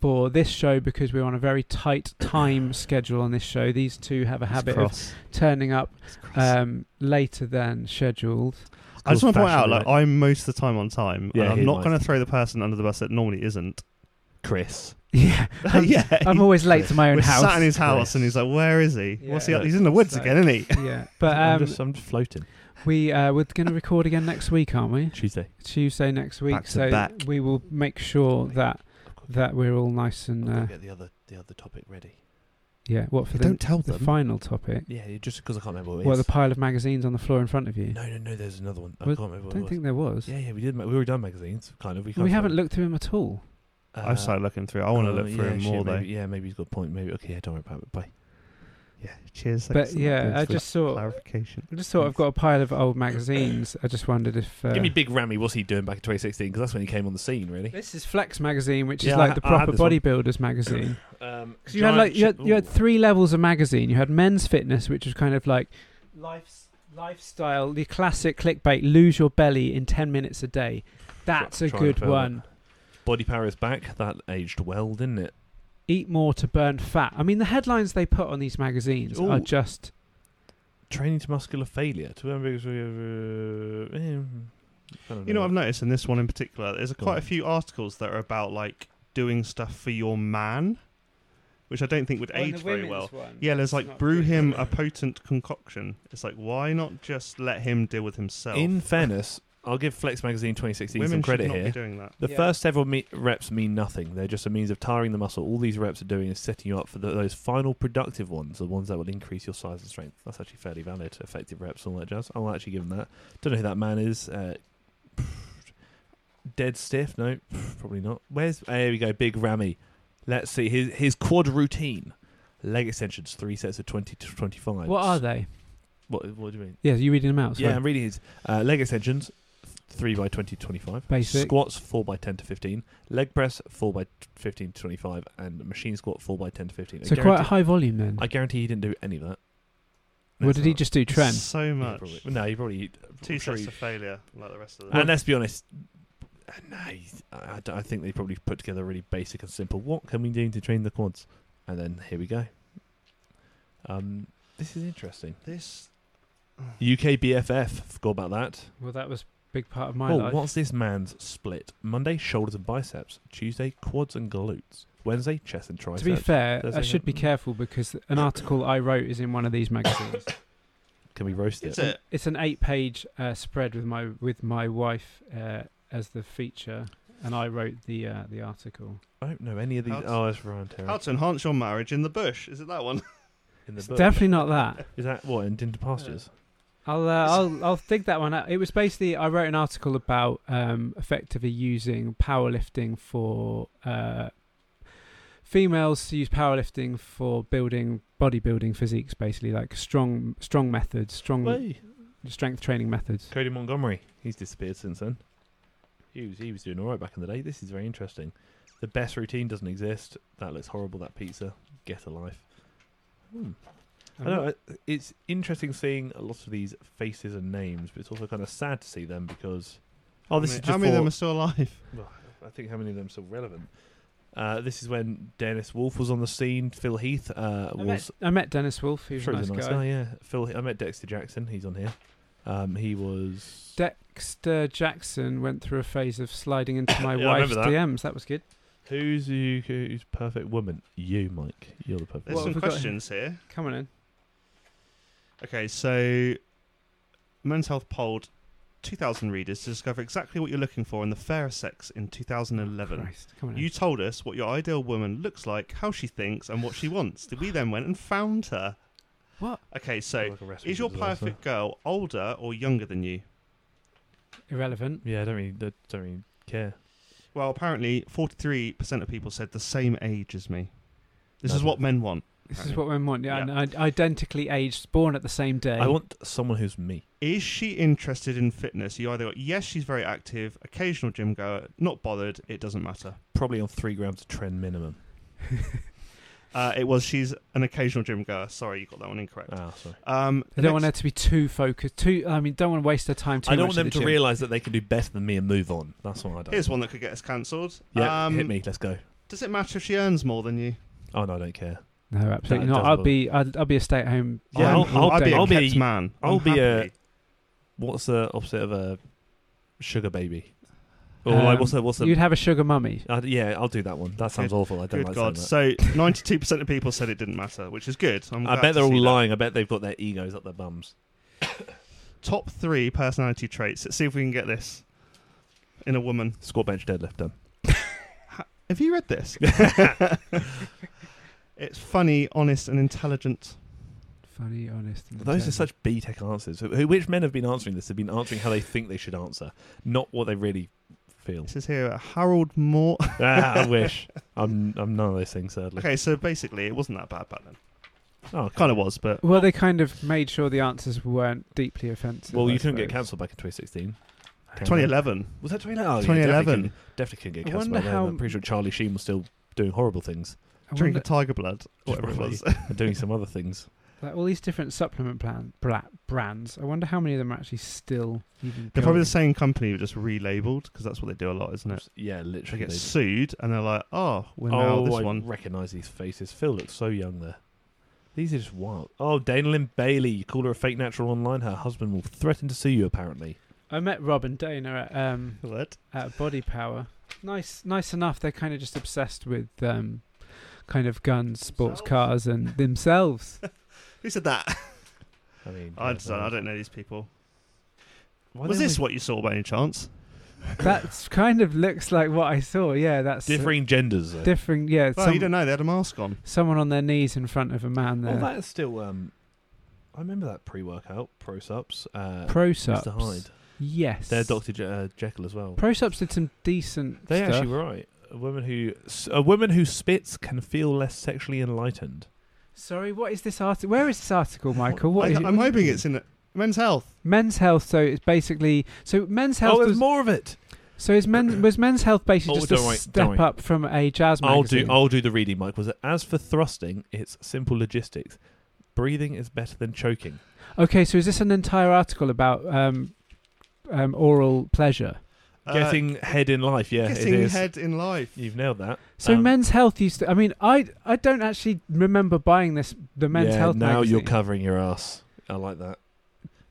for this show because we're on a very tight time schedule on this show. These two have a habit of cross. turning up It's cross. um, later than scheduled. I just want to point out, old-fashioned, like, I'm most of the time on time, Yeah, and he I'm not might. going to throw the person under the bus that normally isn't. Chris. Yeah, I'm, yeah, I'm always late to my own we're house. sat in his house, Chris. and he's like, "Where is he? What's he Yeah. up? He's in the woods So- again, isn't he?" yeah, but I'm, um, just, I'm just floating. we uh, we're going to record again next week, aren't we? Tuesday. Tuesday next week, Back to so back. we will make sure that that we're all nice and uh, get the other the other topic ready. yeah. What for You the, don't tell the them. final topic? Yeah, just because I can't remember what it What the is. pile of magazines on the floor in front of you? no, no, no. There's another one. I Well, can't remember I what it don't was. think there was. yeah, yeah, we did. ma- We were done magazines, kind of. We, we haven't looked through them at all. I've started looking through. I want to Oh, look through yeah, him shit, more though. maybe, Yeah, maybe he's got a point. Maybe okay. Yeah, don't worry about it. Bye. Yeah, cheers. But thanks for that. yeah, Thanks I for just that saw. clarification. I just thought I've got a pile of old magazines. I just wondered if uh, Give me Big Ramy. What's he doing back in 2016? Because that's when he came on the scene, really. this is Flex magazine, which Yeah, is I like ha- the I had proper this one. bodybuilders magazine. Um, 'Cause you had like you had, you had three levels of magazine. You had men's fitness, which was kind of like life's lifestyle, the classic clickbait: lose your belly in ten minutes a day. That's a try and good fill one. Body Power is back. That aged well, didn't it? Eat more to burn fat. I mean, the headlines they put on these magazines Ooh. are just Training to muscular failure. To uh, I don't You know, what I've noticed in this one in particular, there's Go quite on. a few articles that are about like doing stuff for your man, which I don't think would age very well. Yeah, there's like brew him a potent concoction. It's like why not just let him deal with himself? In fairness, I'll give Flex Magazine 2016 Women some should credit not be here. doing that. The Yeah. first several me- reps mean nothing. They're just a means of tiring the muscle. All these reps are doing is setting you up for the, those final productive ones, the ones that will increase your size and strength. That's actually fairly valid. Effective reps, all that jazz. I'll actually give him that. Don't know who that man is. Uh, dead stiff? No, probably not. Where's? There we go. Big Ramy. Let's see his his quad routine. Leg extensions, three sets of twenty to twenty-five. What are they? What, what do you mean? Yeah, you reading them out? Yeah, Sorry. I'm reading his uh, leg extensions, th- three by 20 to 25. Basic. Squats, four by 10 to 15. Leg press, four by t- 15 to 25. And machine squat, four by 10 to 15. I so quite a guarantee- high volume then. I guarantee he didn't do any of that. Or That's did he not- just do trend? So Yeah, much. probably. No, he probably. Two I'm sure sets he- of failure, like the rest of the. and let's be honest. No, he's- I, I don't- I think they probably put together a really basic and simple. What can we do to train the quads? And then here we go. Um, this is interesting. this UK BFF forgot about that. Well, that was a big part of my oh, life. what's this man's split? Monday, shoulders and biceps. Tuesday, quads and glutes. Wednesday, chest and triceps. To be fair, Does I it- should be careful because an article I wrote is in one of these magazines. can we roast is it? it. it's an eight-page uh, spread with my with my wife uh, as the feature, and I wrote the uh, the article. I don't know any of these. How to- oh, it's Ryan Terry. How to enhance your marriage in the bush? Is it that one? in the It's book. definitely not that. Is that what in Dinter Pastures? I'll uh, I'll I'll dig that one out. It was basically I wrote an article about um, effectively using powerlifting for uh, females to use powerlifting for building bodybuilding physiques, basically like strong strong methods, strong Mm. Way. strength training methods. Cody Montgomery. He's disappeared since then. He was he was doing all right back in the day. This is very interesting. The best routine doesn't exist. That looks horrible. That pizza. Get a life. Hmm. I don't know. it- It's interesting seeing a lot of these faces and names, but it's also kind of sad to see them because. Oh, this I mean, is just how many for- of them are still alive? Well, I think how many of them are still relevant. Uh, this is when Dennis Wolf was on the scene. Phil Heath uh, I met, was I met Dennis Wolf, who's a sure nice, he's a nice guy. guy. Yeah, Phil. I met Dexter Jackson. He's on here. Um, he was. Dexter Jackson went through a phase of sliding into my Yeah, I wife's remember that. DMs. That was good. who's you? Who's perfect woman? You, Mike. You're the perfect. There's What woman. some have we got questions here. Come on in. Okay, so Men's Health polled 2,000 readers to discover exactly what you're looking for in the fairer sex in 2011. Christ, come on in. You told us what your ideal woman looks like, how she thinks, and what she wants. We then went and found her. What? Oh, Okay, so Like a wrestling is your disaster. perfect girl older or younger than you? Irrelevant. Yeah, I don't really, I don't really care. Well, apparently 43% of people said the same age as me. This is Lovely. what men want. This is what women want. Yeah, Yeah. and i- identically aged, born at the same day. I want someone who's me. Is she interested in fitness? You either got yes, she's very active, occasional gym goer, not bothered, it doesn't matter. Probably on three grams of trend minimum. Uh, it was she's an occasional gym goer. Sorry, you got that one incorrect. Ah, sorry. Um, I don't want her to be too focused. Too, I mean, don't want to waste her time too I don't want much at them the to gym. realise that they can do better than me and move on. That's what I don't. Here's one that could get us cancelled. yeah, um, hit me. Let's go. Does it matter if she earns more than you? Oh no, I don't care. No, absolutely That not. does I'll bother be, I'll, I'll be a stay-at-home. Yeah, I'll- mum all be day. a I'll be- kept man. I'm I'll be a- happy. What's the opposite of a sugar baby? Or Um, like what's the what's the? You'd have a sugar mummy. I'd- yeah, I'll do that one. That sounds awful. I don't Good like God! saying that. So ninety-two percent of people said it didn't matter, which is good. I'm I glad bet to they're all see that. lying. I bet they've got their egos up their bums. Top three personality traits. Let's see if we can get this in a woman. Squat bench deadlift done. Have you read this? it's funny, honest, and intelligent. Funny, honest. and Those are intelligent. such B tech answers. Who- Which men have been answering this? Have been answering how they think they should answer, not what they really feel. This is here Harold Moore. ah, I wish. I'm I'm none of those things, sadly. okay, so basically, it wasn't that bad back then. Oh, okay. Kind of was, but Well, they kind of made sure the answers weren't deeply offensive. Well, I you couldn't get suppose. cancelled back in 2016. Can you? 2011. Was that 2011? Oh, yeah, 2011. definitely couldn't- definitely couldn't get I cancelled wonder back then. how- I'm pretty sure Charlie Sheen was still doing horrible things I Drink wonder- of tiger blood, whatever it probably. was. and doing some other things. like, all these different supplement plan, bra- brands. I wonder how many of them are actually still even. They're probably going. the same company, but just relabeled because that's what they do a lot, isn't it? Yeah, They literally. get they- sued and they're like, oh, we're now oh, this I one. recognise these faces. Phil looks so young there. These are just wild. Oh, Dana Lynn Bailey. You call her a fake natural online. Her husband will threaten to sue you, apparently. I met Rob and Dana at um, What? at Body Power. Nice, nice enough. They're kind of just obsessed with um, kind of guns, sports Themselves. cars, and themselves. Who said that? I mean, I, yeah, don't, I well, don't know these people. why was don't this we- what you saw by any chance? That's kind of looks like what I saw. Yeah, that's uh, differing genders? Though. differing. Yeah, Well, some- you don't know. They had a mask on. someone on their knees in front of a man Well, there. Oh, that is still. Um, I remember that pre-workout pro subs. Uh, Pro Mr. Hyde. Sups. Yes, They're Doctor Je- uh, Jekyll as well. Pro Sups did some decent. they stuff. actually were right. A woman who s- a woman who spits can feel less sexually enlightened. Sorry, what is this article? Where is this article, Michael? What I, is it? I'm hoping it's in men's health. Men's health. So it's basically so men's health. oh, there's was, more of it. so is men was men's health basically Oh, just don't a worry, don't step worry. up from a jazz I'll magazine? do. I'll do the reading, Mike. Was it as for thrusting? It's simple logistics. Breathing is better than choking. Okay, so is this an entire article about um, um, oral pleasure? Uh, getting head in life. Yeah, getting it is. head in life. You've nailed that. So Um, men's health used to. I mean, I I don't actually remember buying this the men's yeah, health Now magazine. you're covering your ass. I like that. like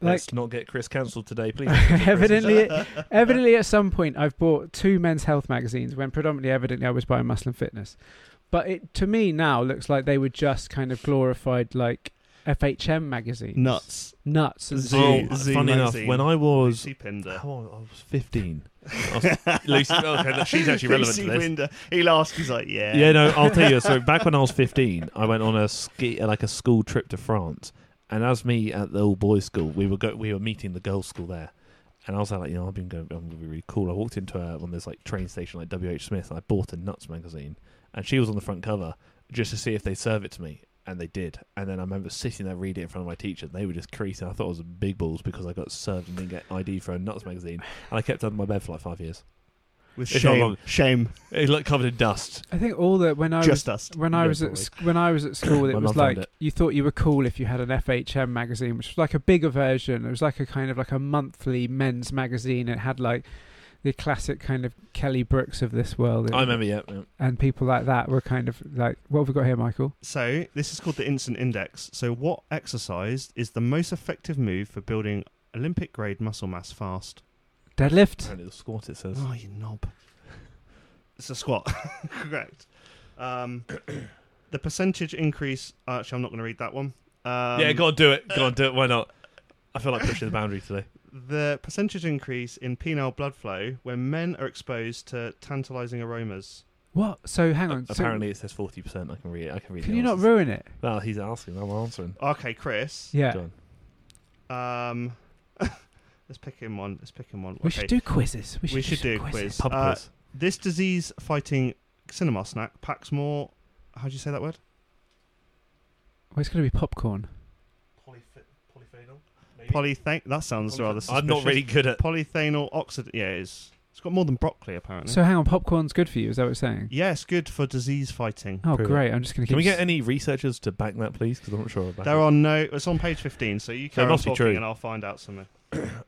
Let's not get Chris cancelled today, please. evidently, evidently at some point I've bought two men's health magazines when predominantly evidently I was buying Muscle and Fitness, but it to me now looks like they were just kind of glorified like FHM magazines. Nuts. nuts. and Z- oh, zoos. Z funny enough, magazine. when I was Lucy Pinder. How old? I was 15. I was- Lucy, okay, that- she's actually relevant Lucy to this. Pinder. He laughs. He's like, yeah. Yeah, no, I'll tell you. So back when I was 15, I went on a ski, like a school trip to France, and as me at the old boys' school, we were go, we were meeting the girls' school there, and I was like, you know, I've been going, I'm gonna be really cool. I walked into a, one of those like train station, like W. H. Smith, and I bought a Nuts magazine, and she was on the front cover just to see if they serve it to me. And they did, and then I remember sitting there reading it in front of my teacher. And they were just creasing. I thought I was big balls because I got served and didn't get ID for a nuts magazine, and I kept it under my bed for like five years. With It's not shame. wrong. Shame. It looked covered in dust. I think all that when I was Just us. when I Yeah, was at probably. sc- when I was at school, My it mum was found like it. you thought you were cool if you had an FHM magazine, which was like a bigger version. It was like a kind of like a monthly men's magazine. It had like the classic kind of Kelly Brooks of this world, I remember, yeah. yeah. and people like that were kind of like, "What have we got here, Michael?" So this is called the instant index. So what exercise is the most effective move for building Olympic grade muscle mass fast? Deadlift. And it was squat. It says. Um, Oh, you knob. It's a squat. Correct. Um, the percentage increase. Actually, I'm not going to read that one. Um, yeah, go on, do it. Go on, do it. Why not? I feel like pushing the boundary today. The percentage increase in penile blood flow when men are exposed to tantalizing aromas. What? So hang on. A- so Apparently, it says forty percent. I can read. it. I can read. can the you not answers. ruin it? Well, he's asking. I'm answering. Okay, Chris. Yeah. John. Um, let's pick him one. Let's pick him one. We Okay. should do quizzes. We should, We should some do a quizzes. quiz. Pub Uh, quiz. This disease fighting cinema snack packs more. How do you say that word? Well, it's going to be popcorn. polyphenol. Polythen. That sounds rather suspicious. I'm not really good at. Polythenol oxid. Yeah, it is. It's got more than broccoli apparently. So hang on, popcorn's good for you. Is that what it's saying? yes, good for disease fighting. Oh, Pretty great. I'm just going to Can keep. we get s- any researchers to back that, please? Because I'm not sure. About There it. are no. It's on page fifteen, so you carry on must be talking, true. and I'll find out something.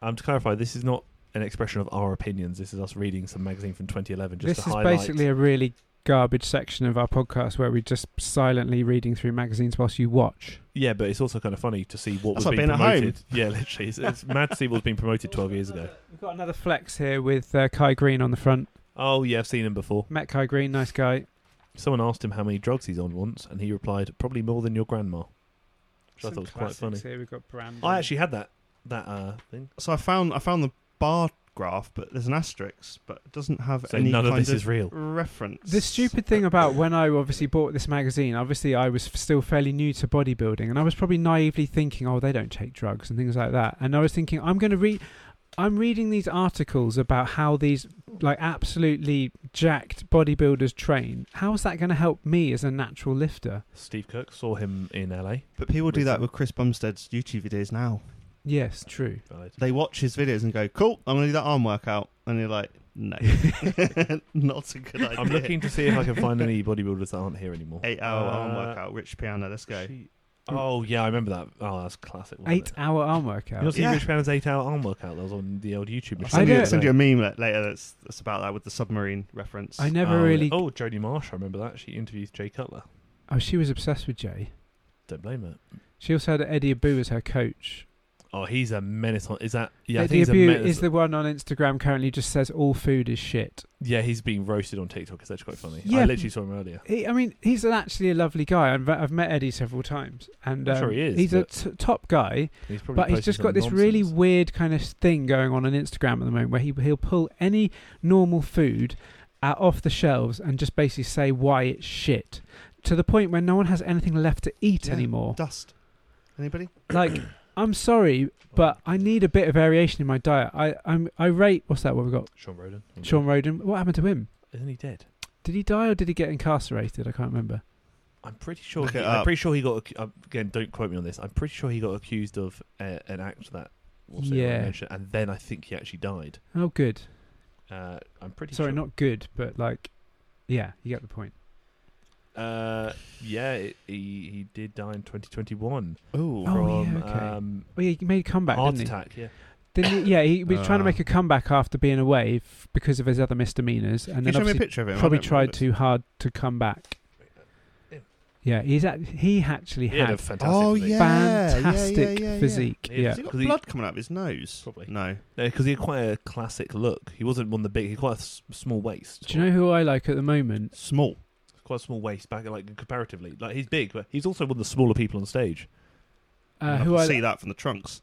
Um, to clarify, this is not an expression of our opinions. This is us reading some magazine from 2011. Just this to is highlight. basically a really garbage section of our podcast where we're just silently reading through magazines whilst you watch. yeah, but it's also kind of funny to see what That's was like being being at home. promoted. Yeah, literally, it's, it's mad to see what's been promoted 12 years ago. We've got another flex here with uh, Kai Green on the front. Oh yeah, I've seen him before. Met Kai Green, nice guy. Someone asked him how many drugs he's on once, and he replied, "Probably more than your grandma." Which I Some thought was quite funny. classics Here we've got Brand. I actually had that that uh, thing. So I found I found the bar graph, but there's an asterisk, but it doesn't have So any none of kind this is real. reference. The stupid thing about when I obviously bought this magazine, obviously I was f- still fairly new to bodybuilding, and I was probably naively thinking, "Oh, they don't take drugs and things like that." And I was thinking, "I'm going to read." I'm reading these articles about how these like absolutely jacked bodybuilders train. How is that going to help me as a natural lifter? Steve Cook saw him in L.A. But people do that Listen. with Chris Bumstead's YouTube videos now. Yes, true. Valid. They watch his videos and go, "Cool, I'm gonna do that arm workout," and you're like, "No, not a good idea." I'm looking to see if I can find any bodybuilders that aren't here anymore. eight-hour arm Uh, workout, Rich Piano. Let's go. She- Oh yeah, I remember that. Oh, that's classic. wasn't it? Eight-hour You arm know, workout. see Yeah. Rich Brown's eight-hour arm workout that was on the old YouTube. I'll machine send, I you, don't- send you a meme la- later that's, that's about that with the submarine reference. I never Oh, yeah. really. Oh, Jodie Marsh, I remember that. She interviews Jay Cutler. oh, she was obsessed with Jay. Don't blame her. She also had Eddie Abu as her coach. Oh, he's a menace. On, is that? Yeah, I think Eddie he's a Abu menace. is the one on Instagram currently just says all food is shit. yeah, he's being roasted on TikTok. It's actually quite funny. Yeah. I literally saw him earlier. He, I mean, he's an- actually a lovely guy. I've, I've met Eddie several times, and I'm um, sure he is, He's a but- t- top guy, He's probably but he's posting just some got this really nonsense. weird kind of thing going on on Instagram at the moment, where he he'll pull any normal food out off the shelves and just basically say why it's shit, to the point where no one has anything left to eat Yeah. anymore. Dust. Anybody? like, I'm sorry, but I need a bit of variation in my diet. I I'm, I rate what's that? What we got? Sean Roden. Sean Roden. What happened to him? isn't he dead? Did he die or did he get incarcerated? I can't remember. I'm pretty sure. Look He, it I'm up. pretty sure he got. ac- um, Again, don't quote me on this. I'm pretty sure he got accused of uh, an act that. was sexual Yeah. relation, And then I think he actually died. Oh, good. Uh, I'm pretty Sorry, sure. not good, but like, yeah, you get the point. Uh, yeah, it, he he did die in 2021 Ooh. Oh, from yeah, okay. um, Well, yeah, he made a comeback, heart didn't attack. Yeah, he? Didn't he? Yeah, he was trying to Uh. make a comeback after being away f- because of his other misdemeanors, and Can you then show me a obviously picture of him? I probably don't tried remember uh, too hard to come back. him. Yeah, he's act- he actually he had a had this. fantastic. Oh physique. yeah, fantastic yeah, yeah, yeah, yeah. physique. He Yeah, Has is- he got 'Cause he- blood coming out of his nose? Probably. No. because he had quite a classic look. He wasn't one of the big. He had quite a s- small waist. Do you know who I like at the moment? Small. Quite a small waist back, like comparatively. Like he's big, but he's also one of the smaller people on stage. Uh, I who can I, see that from the trunks.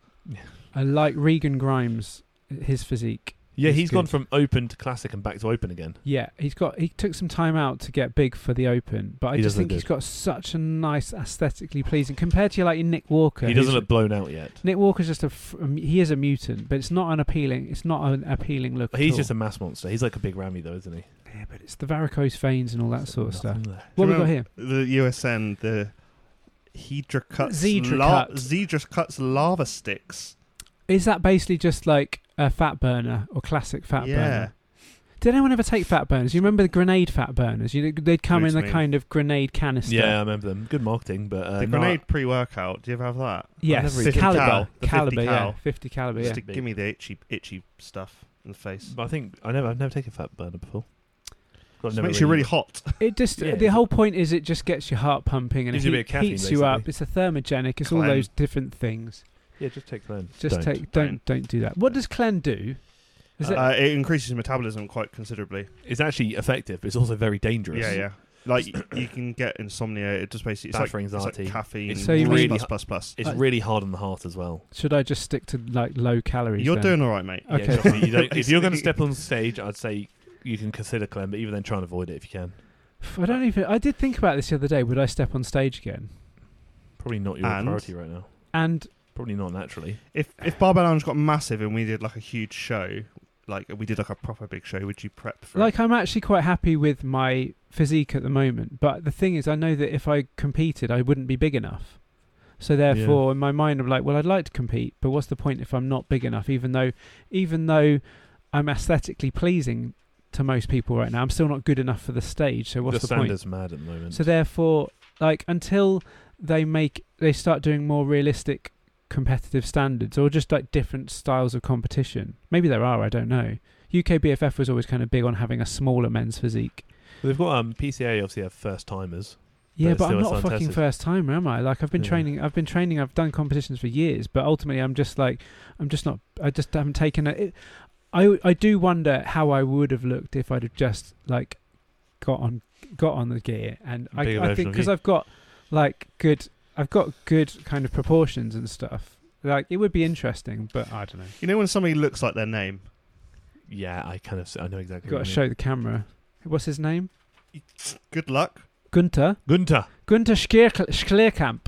I like Regan Grimes, his physique. Yeah, He's he's gone good. from open to classic and back to open again. Yeah, he's got. He took some time out to get big for the Open, but I He just does look think he's good. got such a nice, aesthetically pleasing compared to like Nick Walker. he doesn't who's- look blown out yet. Nick Walker's just a. f- um, He is a mutant, but it's not an appealing. It's not an appealing look. He's just a mass monster. He's like a big Ramy though, isn't he? Yeah, but it's the varicose veins and all that sort of stuff. Nothing there. What Do we you got here? The USN, the Hedra cuts, Zedra cut. Zedra cuts lava sticks. Is that basically just like a fat burner or classic fat yeah. burner? Did anyone ever take fat burners? You remember the grenade fat burners? You, they'd come Know in what a you mean. kind of grenade canister. Yeah, I remember them. Good marketing, but uh, The no, grenade pre-workout. Do you ever have that? Yes, never even- caliber, Cal, the 50 caliber, yeah, cal. fifty caliber. Yeah. Just to give me the itchy, itchy stuff in the face. But I think I never, I've never taken a fat burner before. God, Just never makes you really hot. It just Yeah, the it's- whole point is it just gets your heart pumping and it Gives you a bit heat- of caffeine, heats you up. basically. It's a thermogenic. It's all Clen. those different things. Yeah, just take Glen. Just Don't. take don't don't do that. What does Clen do? Is Uh, it increases metabolism quite considerably. It's actually effective, but it's also very dangerous. Yeah, yeah. Like you can get insomnia. It just basically it's Bad like, for it's like anxiety. caffeine. It's So you plus, mean- plus plus plus. It's Uh, really hard on the heart as well. it, should I just stick to like low calories? You're then? doing all right, mate. Yeah, Okay. trust me, you don't- if you're going to step on stage, I'd say you can consider Clem, but even then, try and avoid it if you can. I don't even. I did think about this the other day. Would I step on stage again? Probably not your And? priority right now. And Probably not naturally. If if Barbell Lounge got massive and we did like a huge show, like we did like a proper big show, would you prep for like, it? I'm actually quite happy with my physique at the moment. But the thing is, I know that if I competed, I wouldn't be big enough. So therefore, in my mind, I'm like, well, I'd like to compete, but what's the point if I'm not big enough? Even though, even though I'm aesthetically pleasing to most people right now. I'm still not good enough for the stage. So what's the the, sand point? is mad at the moment. So therefore, like until they make they start doing more realistic competitive standards or just like different styles of competition. Maybe there are, I don't know. UK BFF was always kind of big on having a smaller men's physique. They've got um, PCA obviously have first timers. Yeah, But but, still I'm it's not a fucking untested. first timer, am I? Like I've been Yeah. training, I've been training, I've done competitions for years, but ultimately I'm just like, I'm just not, I just haven't taken it. it I I do wonder how I would have looked if I'd have just like got on got on the gear, and I, Bigger I version think of because you. I've got like good, I've got good kind of proportions and stuff. Like it would be interesting, but I don't know. You know when somebody looks like their name? Yeah, I kind of s- I know exactly. You've got to show the camera. What's his name? Good luck. Gunter Gunter. Gunter Schleer- Schleerkamp.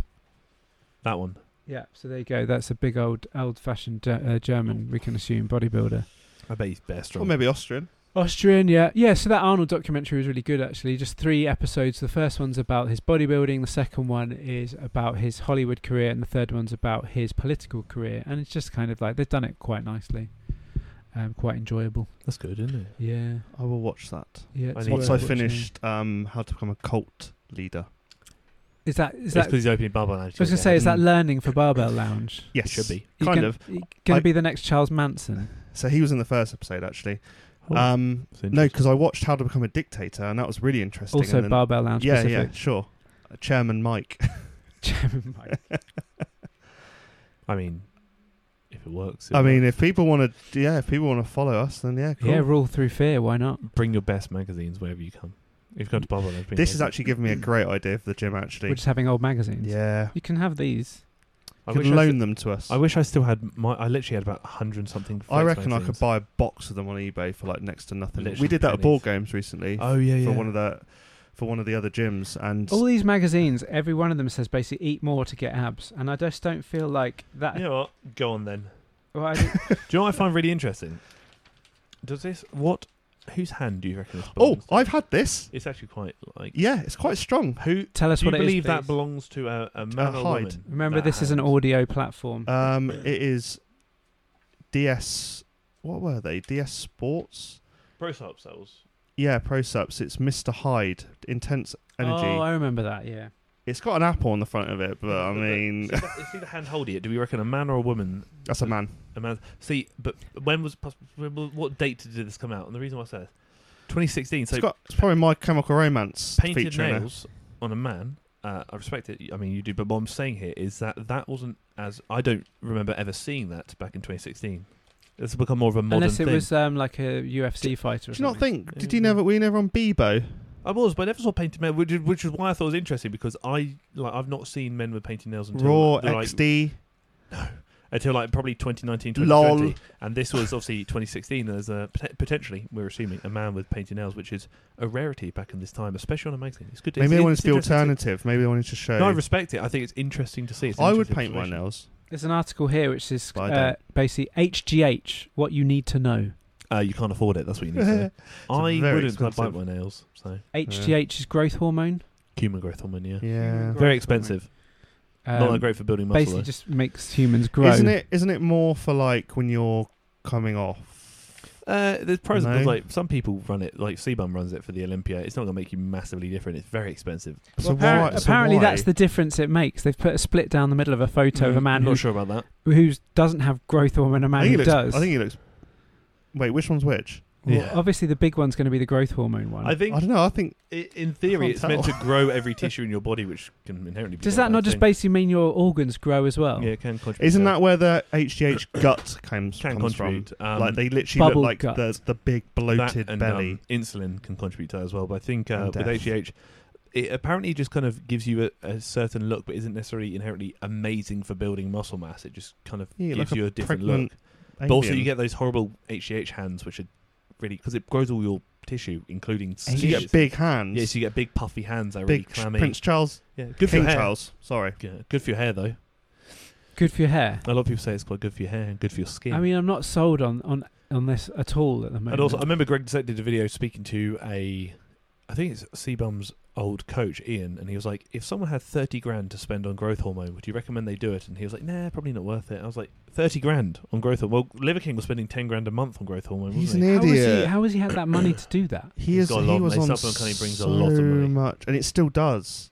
That one. Yeah, so there you go. That's a big old, old-fashioned Ge- uh, German, we can assume, bodybuilder. I bet he's best. Or strong. maybe Austrian. Austrian, yeah, yeah. So that Arnold documentary was really good, actually. Just three episodes. The first one's about his bodybuilding. The second one is about his Hollywood career, and the third one's about his political career. And it's just kind of like they've done it quite nicely, um, quite enjoyable. That's good, isn't it? Yeah, I will watch that. yeah. I it's need Once worth to. I watching. finished um, How to Become a Cult Leader. is that That's is that? I because he's opening barbell. I was was gonna say, is that Mm. learning for Barbell Lounge? Yes. should be. You Kind gonna, of. you Gonna I- be the next Charles Manson. So he was in the first episode, actually. Oh, Um, that's no, interesting. because I watched How to Become a Dictator, and that was really interesting. Also and then- Barbell Lounge Yeah, specific. yeah, sure. Uh, Chairman Mike. Chairman Mike. I mean, if it works. It I mean, works. if people want to, yeah, if people want to follow us, then yeah, cool. Yeah, rule through fear. Why not? bring your best magazines wherever you come. If you've gone to barbell, Lounge, bring This your has best- actually given me a great idea for the gym. Actually, We're just having old magazines. yeah, You can have these. I you wish can I loan st- them to us. I wish I still had my. I literally had about hundred something. I Flex reckon I magazines. could buy a box of them on eBay for like next to nothing. Literally we did that at pennies. board games recently Oh yeah, yeah. Oh, for one of the for one of the other gyms, and All these magazines, every one of them says basically eat more to get abs, and I just don't feel like that. You know what? Go on then. Well, I don't- Do you know what I find really interesting? Does this what? Whose hand do you reckon this oh, belongs? to? I've had this. It's actually quite like Yeah, it's quite strong. who. tell us do you what it is. believe that please. belongs to a, a man hide. or woman? Remember, that this is an hand? audio platform. Um, it is DS. What were they? DS Sports. Pro cells. Yeah, ProSups. It's Mr. Hyde. Intense energy. Oh, I remember that. Yeah. It's got an apple on the front of it, but I mean, see the, see the hand holding it. Do we reckon a man or a woman? that's a man. A man. See, but when was poss- when was- what date did this come out? And the reason why I say this, 2016. So it's got. It's probably my Chemical Romance painted feature in it. nails on a man. Uh, I respect it. I mean, you do. But what I'm saying here is that that wasn't as I don't remember ever seeing that back in 2016. It's become more of a modern Unless it thing. was um, like a UFC fighter. Or Do you not something. think? Did you never? Were you never on Bebo? I was, but I never saw painted men, which is, which is why I thought it was interesting because I like I've not seen men with painted nails until Raw the, like, XD. until like probably 2019, Lol. 2020, and this was obviously 2016. There's a pot- potentially we're assuming a man with painted nails, which is a rarity back in this time, especially on a magazine. It's good. To, Maybe it's, they wanted to be interesting alternative. Maybe they wanted to show. No, I respect it. I think it's interesting to see. It's an I would interesting paint my observation. nails. There's an article here which is But I uh, basically HGH, what you need to know. Uh, you can't afford it. That's what you need. to know. I very wouldn't 'cause I expensive. bite my nails. So HGH is growth hormone. human growth hormone, yeah. Yeah. Growth Very hormone. expensive. Um, Not that great for building muscle. basically, though. just makes humans grow. Isn't it? Isn't it more for like when you're coming off? Uh, there's pros and No. cons. Like some people run it, like Sebum runs it for the Olympia. It's not going to make you massively different. It's very expensive. So Appar- why? so apparently, why- Mm, that's the difference it makes. They've put a split down the middle of a photo of a Mm. man I'm who not sure about that. who doesn't have growth hormone and a I man think who he looks, does. I think he looks. Wait, which one's which? Well, Yeah. Obviously, the big one's going to be the growth hormone one. I think I don't know. I think i- in theory Can't it's meant to tell. grow every tissue in your body, which can inherently. Be quite does a that bad not just thing. basically mean your organs grow as well? Yeah, it can contribute. isn't to that where the HGH gut comes can comes from? contribute? Um, like they literally Bubble look like gut. the the big that bloated and, belly. um, insulin can contribute to that as well. But I think uh, And with death. HGH, it apparently just kind of gives you a, a certain look, but isn't necessarily inherently amazing for building muscle mass. It just kind of Yeah, gives like a you a different look. pregnant But also, alien. you get those horrible HGH hands, which are really because it grows all your tissue, including So you tissues. get big hands. Yeah, so you get big puffy hands. That are really big clammy. Prince Charles. yeah, good for King your hair. Charles. Sorry. Yeah, good for your hair though. Good for your hair. A lot of people say it's quite good for your hair and good for your skin. I mean, I'm not sold on, on, on this at all at the moment. and also, I remember Greg Zett did a video speaking to a, I think it's Seabum's old coach Ian, and he was like, "If someone had thirty grand to spend on growth hormone, would you recommend they do it?" And he was like, "Nah, probably not worth it." I was like, 30 grand on growth hormone." Well, Liver King was spending ten grand a month on growth hormone. He's wasn't he? an How has he? Idiot. How has he had that money to do that? He He's is. got a he lot of was money. on Supplement company brings a so lot of money. much, and it still does.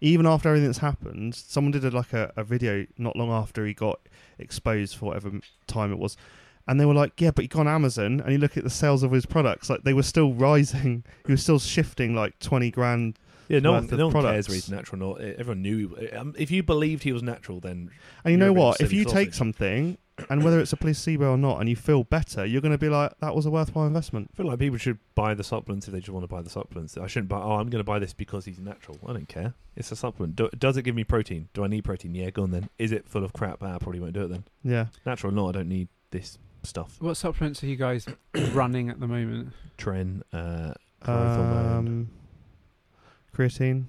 Even after everything that's happened, someone did a, like a, a video not long after he got exposed for whatever m- time it was, and they were like, "Yeah, but he got on Amazon, and you look at the sales of his products, like they were still rising. He was still shifting like twenty grand." Yeah, no one, worth of no one cares products. whether he's natural or not. E, Everyone knew. He, um, if you believed he was natural, then And you You're know a bit what? If silly you take sausage. something, and whether it's a placebo or not, and you feel better, you're going to be like, "That was a worthwhile investment." I feel like people should buy the supplements if they just want to buy the supplements. I shouldn't buy. Oh, I'm going to buy this because he's natural. I don't care. It's a supplement. Do, does it give me protein? Do I need protein? Yeah, go on then. Is it full of crap? Ah, I probably won't do it then. Yeah, Natural or not, I don't need this stuff. What supplements are you guys running at the moment? Tren, uh, Growth hormone. um, creatine.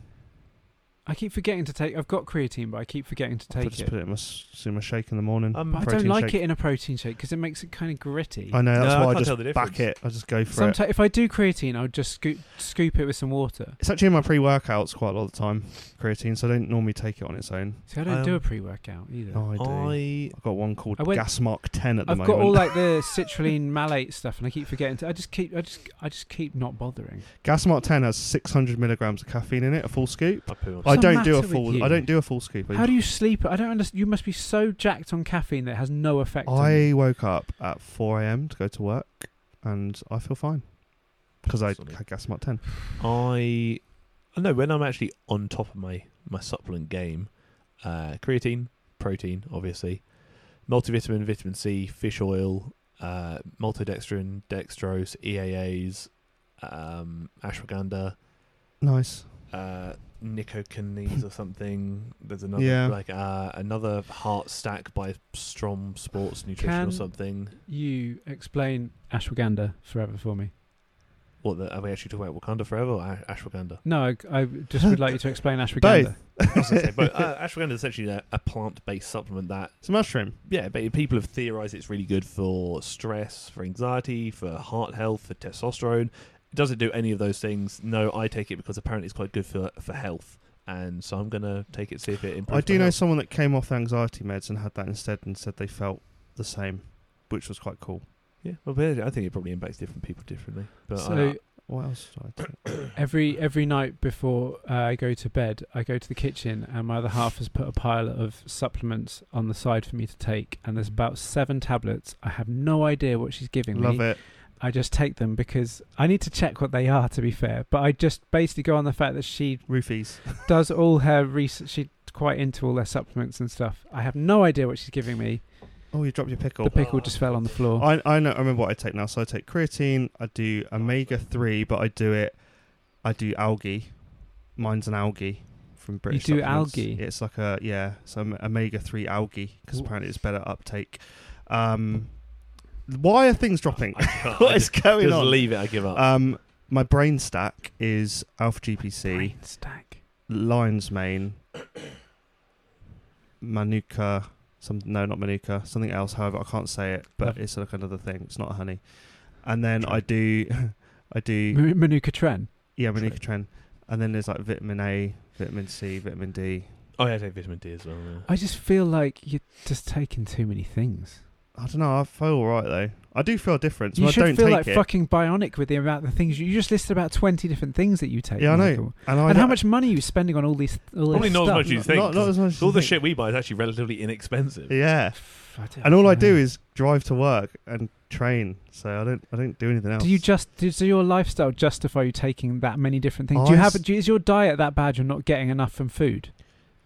I keep forgetting to take. I've got creatine, but I keep forgetting to I take just it. put it in my, s- in my shake in the morning. Um, But I don't protein like shake. it in a protein shake because it makes it kind of gritty. I know that's No, I why I, can't tell the just back difference. it. I just go for it. Sometimes, if I do creatine, I'll just scoop scoop it with some water. It's actually in my pre-workouts quite a lot of the time, creatine. So I don't normally take it on its own. See, I don't do Um, a pre workout either. No, I do. I... I have got one called I went- Gasmark Ten at oh, the I've moment. got all like the citrulline malate stuff, and I keep forgetting. To, I just keep, I just, I just keep not bothering. Gasmark Ten has 600 milligrams of caffeine in it, a full scoop. I poo on I What's the don't do a matter with full. you? I don't do a full scoop. I- How do you sleep? I don't understand. You must be so jacked on caffeine that it has no effect. on you. I woke up at 4 a.m. to go to work, and I feel fine because I had Solid. Gasmark Ten. I I know when I'm actually on top of my my supplement game, uh, creatine, protein, obviously, multivitamin, vitamin C, fish oil, uh, maltodextrin, dextrose, EAAs, um, ashwagandha, Nice. uh, nicotinase or something. There's another Yeah. like uh, another heart stack by Strom Sports Nutrition or Can- something. You explain ashwagandha forever for me. What the, are we actually talking about? Wakanda Forever or a- ashwagandha? No, I, I just would like you to explain ashwagandha. I was gonna say, but uh, ashwagandha is essentially a, a plant-based supplement that It's a mushroom. yeah, but people have theorized it's really good for stress, for anxiety, for heart health, for testosterone. Does it do any of those things? No, I take it because apparently it's quite good for for health, and so I'm gonna take it see if it improves. I do my know health. someone that came off anxiety meds and had that instead, and said they felt the same, which was quite cool. Yeah, well, but I think it probably impacts different people differently. But uh, So What else did I take? every every night before uh, I go to bed, I go to the kitchen, and my other half has put a pile of supplements on the side for me to take. And there's about seven tablets. I have no idea what she's giving me. Love it. I just take them because I need to check what they are. To be fair, but I just basically go on the fact that she Roofies. does all her research. She's quite into all their supplements and stuff. I have no idea what she's giving me. Oh, you dropped your pickle. The pickle just fell on the floor. I, I know. I remember what I take now. So I take creatine. I do omega three, but I do it. I do algae. Mine's an algae from British. do supplements. algae? It's like a yeah. So omega three algae because Wh- apparently it's better uptake. Um, why are things dropping? I can't- I what is just, going just on? leave it. I give up. Oh. Um, my brain stack is Alpha GPC, Brain stack. Lion's Mane, Manuka. Some no, not Manuka. Something else. However, I can't say it, but Love- it's like another thing. It's not honey. And then True. I do, I do M- Manuka Tren. yeah Manuka Tren. And then there's like vitamin A, vitamin C, vitamin D. oh yeah, I take vitamin D as well. I just feel like you're just taking too many things. I don't know. I feel alright though. I do feel a difference. you but I should don't feel take like it. fucking bionic with the amount of things you, you just listed about twenty different things that you take. Yeah, I know. Michael. and I And how don't- much money are you spending on all these? All Probably this not as stuff? much as you not- think? Not, not as much. as All you the think. shit we buy is actually relatively inexpensive. Yeah. I don't And all I know. do is drive to work and train. So I don't. I don't do anything else. Do you just does your lifestyle justify you taking that many different things? Do you I have s- do, is your diet that bad? You're not getting enough from food.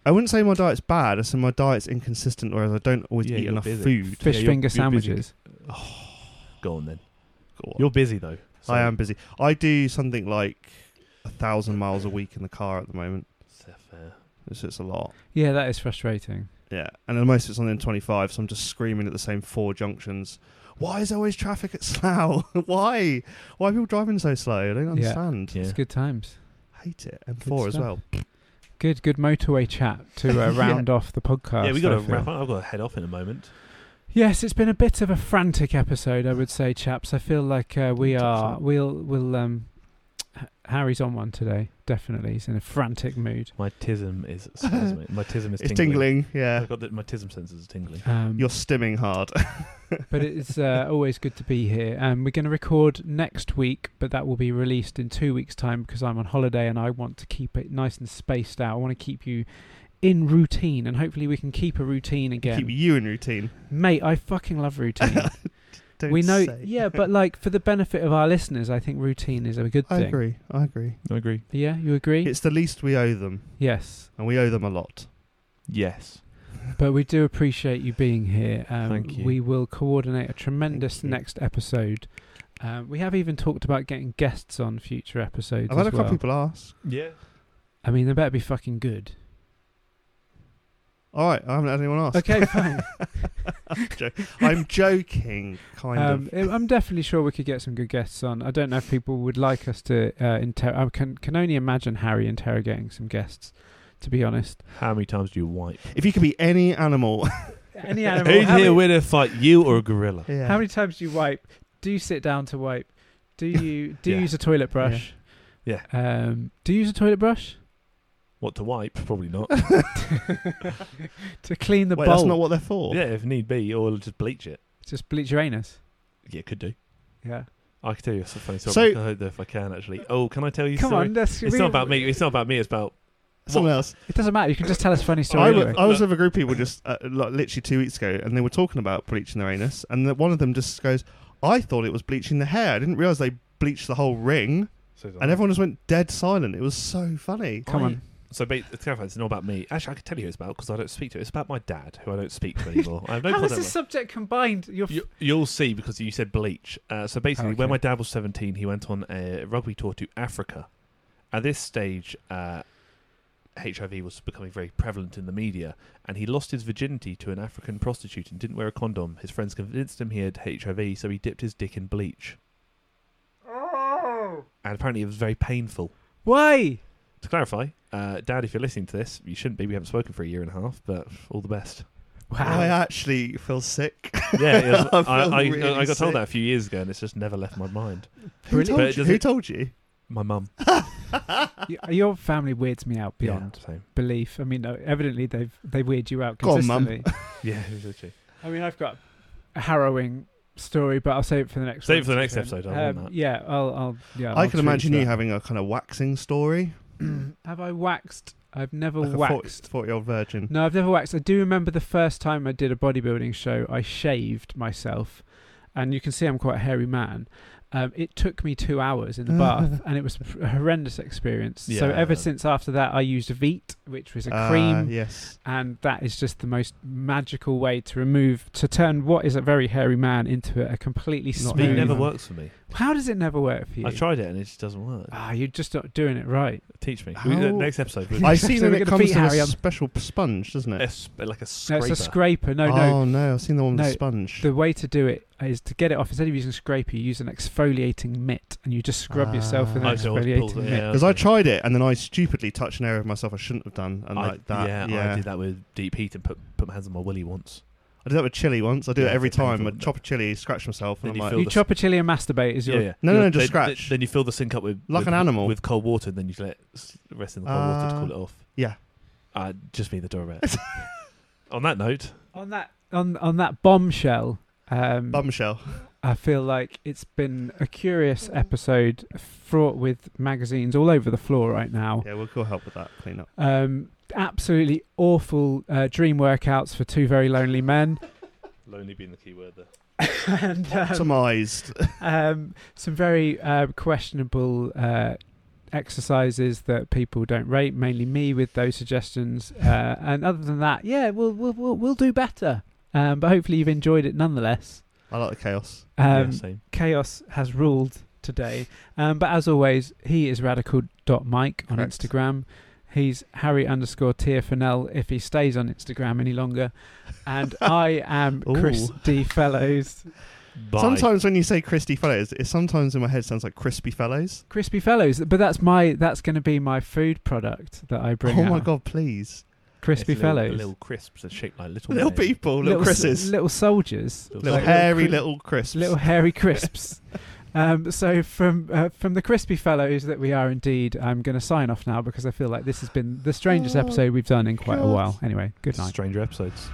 I wouldn't say my diet's bad. I say my diet's inconsistent, whereas I don't always Yeah, eat you're enough busy. food. Fish you're- finger you're busy. sandwiches. Go on then. God. You're busy though. so- I am busy. I do something like a thousand miles a week in the car at the moment. So fair. It's it's a lot. Yeah, that is frustrating. Yeah, and then most of it's on the M25, so I'm just screaming at the same four junctions. Why is there always traffic at Slough? Why? Why are people driving so slow? I don't Yeah. understand. Yeah. It's good times. Hate it. M4 as stuff. well. Good, good motorway chat to uh, Yeah. round off the podcast. yeah, we got to I feel. wrap up. I've got to head off in a moment. Yes, it's been a bit of a frantic episode, I would say, chaps. I feel like uh, we Don't touch are. that. We'll. We'll. Um, H- Harry's on one today. definitely. He's in a frantic mood. My tism is spasming. My tism is It's tingling. tingling. I've Yeah, got the, my tism sensors are tingling. Um, you're stimming hard. but it's uh, always good to be here. Um, we're going to record next week, but that will be released in two weeks' time because I'm on holiday and I want to keep it nice and spaced out. I want to keep you in routine, and hopefully we can keep a routine again. Keep you in routine. Mate, I fucking love routine. Don't we know, say. yeah, but like for the benefit of our listeners, I think routine is a good I thing. agree. I agree. I agree. Yeah, you agree? It's the least we owe them, yes, and we owe them a lot. Yes. but we do appreciate you being here. Um, Thank you. We will coordinate a tremendous you. next episode. Um, we have even talked about getting guests on future episodes. I've had a as couple well. people ask. Yeah. I mean, they better be fucking good. All right, I haven't had anyone ask. Okay, fine. I'm joking, kind um, of. I- I'm definitely sure we could get some good guests on. I don't know if people would like us to. Uh, inter- I can can only imagine Harry interrogating some guests. To be honest, How many times do you wipe? If you could be any animal, any Who's animal. here how, many, winner fight you or a gorilla? yeah. how many times do you wipe? Do you sit down to wipe? Do you do you Yeah. use a toilet brush? Yeah. Um, do you use a toilet brush What to wipe? Probably not. to clean the Wait, bowl? that's not what they're for. yeah, if need be, or just bleach it. Just bleach your anus. Yeah, could do. Yeah. I can tell you a funny story. So- I can hope that if I can actually. Oh, can I tell you? Come story? on, that's It's we- not about me. It's not about me. It's about Someone else. It doesn't matter. You can just tell us funny I, story. wa- anyway. I was with a group of people just uh, like, literally two weeks ago, and they were talking about bleaching their anus, and the, one of them just goes, "I thought it was bleaching the hair. I didn't realize they bleached the whole ring." And everyone just went dead silent. It was so funny. Come I- on. So, ba- to clarify, it's not about me. Actually, I can tell you who it's about because I don't speak to. It's about my dad, who I don't speak to anymore. I have no How is contact this with. subject combined? You're f- You, you'll see because you said bleach. Uh, so basically, Okay. when my dad was seventeen, he went on a rugby tour to Africa. At this stage, uh, HIV was becoming very prevalent in the media, and he lost his virginity to an African prostitute and didn't wear a condom. His friends convinced him he had HIV, so he dipped his dick in bleach, Oh. and apparently it was very painful. Why? To clarify, uh, Dad, if you're listening to this, you shouldn't be. We haven't spoken for a year and a half, but all the best. I actually feel sick. Yeah, it was- I I, feel I, really I got sick. told that a few years ago, and it's just never left my mind. Who Brilliant. told, But it you? doesn't- Who told you? My mum. Y- Your family weirds me out beyond Yeah, same. belief. I mean, uh, evidently they've they weird you out Go on, Mum. consistently. Yeah, literally. I mean, I've got a harrowing story, but I'll save it for the next. Save one it for the to next share. episode, I want Um, that. Yeah, I'll. I'll I yeah, I'll can choose imagine you that. having a kind of waxing story. Have I waxed? I've never like waxed. a 40 year old virgin. No, I've never waxed. I do remember the first time I did a bodybuilding show, I shaved myself, and you can see I'm quite a hairy man. Um, it took me two hours in the bath, and it was a horrendous experience. So Yeah. ever since after that, I used Veet, which was a Ah, cream, yes. and that is just the most magical way to remove to turn what is a very hairy man into a completely Not smooth. It Very never nice. works for me. How does it never work for you? I tried it and it just doesn't work. Ah, you're just not doing it right. Teach me. How- We- uh, next episode, we'll- I So see we're that it gonna comes beat with Harry um, a up. special p- sponge, doesn't a it? sp- like a No, scraper. it's a scraper. No, no, Oh, no. I've seen the one with No. the sponge. The way to do it is to get it off. Instead of using a scraper, you use an exfoliating mitt and you just scrub yourself with an Ah. I just always exfoliating pull it, mitt. yeah, Because I okay. tried it and then I stupidly touched an area of myself I shouldn't have done, and I- like that. Yeah, I did that with deep heat and put put my hands on my willy once. with chili once. I do Yeah, it every it's a painful time. I one. chop a chili, scratch myself, Then and you I'm feel like, You the- chop a chili and masturbate is your. yeah. No, no, You'll- no, just then- scratch. Then you fill the sink up with Like with- an animal. with cold water, and then you just let it s- rest in the cold water to Ah. cool it off. yeah. Uh, just me, the Dorette. On that note, On that on on that bombshell. Um, Bombshell. I feel like it's been a curious episode fraught with magazines all over the floor right now. Yeah, we'll go help with that clean up. Um, absolutely awful uh, dream workouts for two very lonely men. lonely being the key word there. and um, Optimized. um, some very uh, questionable uh, exercises that people don't rate, mainly me with those suggestions. Uh, and other than that, yeah, we'll we'll we'll, we'll do better. Um, but hopefully you've enjoyed it nonetheless. I like the chaos. Um, yeah, same. Chaos has ruled today. Um, but as always, he is radical.mike on Correct. Instagram. He's Harry underscore TFNL if he stays on Instagram any longer. And I am Chris Ooh. D. Fellows. Bye. Sometimes when you say Christy Fellows, it sometimes in my head sounds like Crispy Fellows. Crispy Fellows, but that's my that's going to be my food product that I bring. oh my out. god, please. Crispy It's Fellows, Little, little crisps are shaped like little Little men. people, little, s- Chris's. little soldiers, Little Little like hairy cri- little Crisps. little hairy crisps. Um, so from uh, from the crispy fellows that we are indeed, I'm going to sign off now because I feel like this has been the strangest Oh, episode we've done in quite a God. while. Anyway, good night. Stranger episodes.